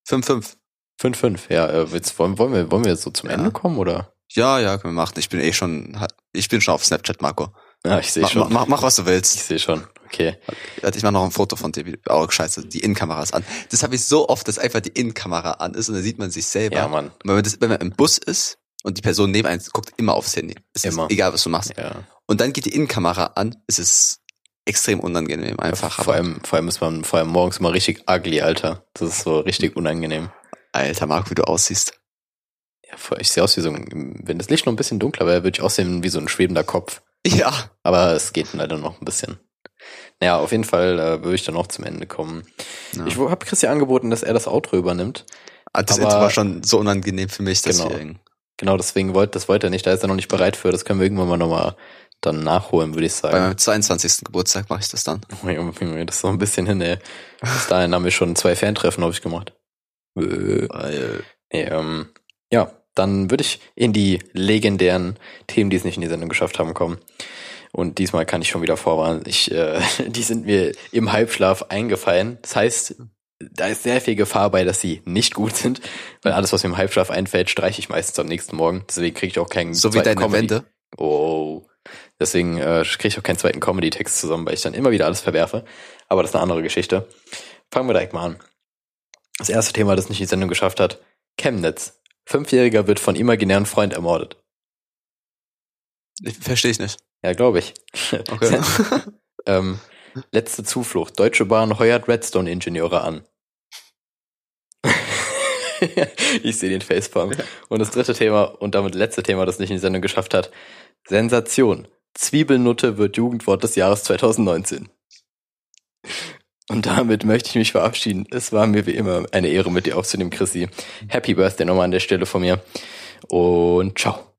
Speaker 1: 5-5.
Speaker 2: 5-5, ja. Äh, jetzt wollen, wollen, wir, wollen wir jetzt so zum
Speaker 1: Ja.
Speaker 2: Ende kommen, oder?
Speaker 1: Ja, ja, können wir machen. Ich bin eh schon, ich bin schon auf Snapchat, Marco.
Speaker 2: Ja, Ah, ich sehe
Speaker 1: Mach,
Speaker 2: schon.
Speaker 1: mach, mach, was du
Speaker 2: Ich
Speaker 1: willst.
Speaker 2: sehe schon. Okay.
Speaker 1: Warte, Ich mach noch ein Foto von dir. wie- Oh, scheiße, die Innenkamera ist an. Das habe ich so oft, dass einfach die Innenkamera an ist und dann sieht man sich selber.
Speaker 2: Ja, Mann.
Speaker 1: Und Wenn man, das, wenn man im Bus ist und die Person neben einem guckt immer aufs Handy. Es ist
Speaker 2: Immer.
Speaker 1: egal, was du machst.
Speaker 2: Ja.
Speaker 1: Und dann geht die Innenkamera an. Es ist extrem unangenehm einfach.
Speaker 2: Vor
Speaker 1: aber-
Speaker 2: allem, vor allem ist man vor allem morgens immer richtig ugly, Alter. Das ist so richtig unangenehm.
Speaker 1: Alter, Marco, wie du aussiehst.
Speaker 2: Ja, voll- ich sehe aus wie so ein, wenn das Licht noch ein bisschen dunkler wäre, würde ich aussehen wie so ein schwebender Kopf.
Speaker 1: Ja.
Speaker 2: Aber es geht leider noch ein bisschen. Naja, auf jeden Fall äh, würde ich dann noch zum Ende kommen.
Speaker 1: ja.
Speaker 2: Ich habe Christian angeboten, dass er das Outro übernimmt.
Speaker 1: Ah, das
Speaker 2: aber-
Speaker 1: Intro war schon so unangenehm für mich,
Speaker 2: Genau.
Speaker 1: deswegen.
Speaker 2: Genau, deswegen wollte, das wollte er nicht. Da ist er noch nicht bereit für. Das können wir irgendwann mal nochmal dann nachholen, würde ich
Speaker 1: Bei
Speaker 2: sagen.
Speaker 1: meinem 22. Geburtstag mache ich das dann.
Speaker 2: Junge, Junge, das ist so ein bisschen hin, ey. Bis dahin haben wir schon zwei Fantreffen, habe ich gemacht. Äh.
Speaker 1: Weil
Speaker 2: Nee, ähm, ja, dann würde ich in die legendären Themen, die es nicht in die Sendung geschafft haben, kommen. Und diesmal kann ich schon wieder vorwarnen. Ich, äh, die sind mir im Halbschlaf eingefallen. Das heißt, da ist sehr viel Gefahr bei, dass sie nicht gut sind, weil alles, was mir im Halbschlaf einfällt, streiche ich meistens am nächsten Morgen. Deswegen kriege ich auch keinen
Speaker 1: so wie
Speaker 2: zweiten
Speaker 1: deine
Speaker 2: Comedy-
Speaker 1: Wände.
Speaker 2: Oh. Deswegen äh, kriege ich auch keinen zweiten Comedy-Text zusammen, weil ich dann immer wieder alles verwerfe. Aber das ist eine andere Geschichte. Fangen wir direkt mal an. Das erste Thema, das nicht die Sendung geschafft hat. Chemnitz. Fünfjähriger wird von imaginären Freund ermordet.
Speaker 1: Ich- Verstehe ich nicht.
Speaker 2: Ja, glaube ich.
Speaker 1: Okay.
Speaker 2: ähm, letzte Zuflucht. Deutsche Bahn heuert Redstone-Ingenieure an. ich sehe den Facepalm. Und das dritte Thema und damit letzte Thema, das nicht in die Sendung geschafft hat. Sensation. Zwiebelnutte wird Jugendwort des Jahres 2019. Und damit möchte ich mich verabschieden. Es war mir wie immer eine Ehre, mit dir aufzunehmen, Chrissy. Happy Birthday nochmal an der Stelle von mir. Und ciao.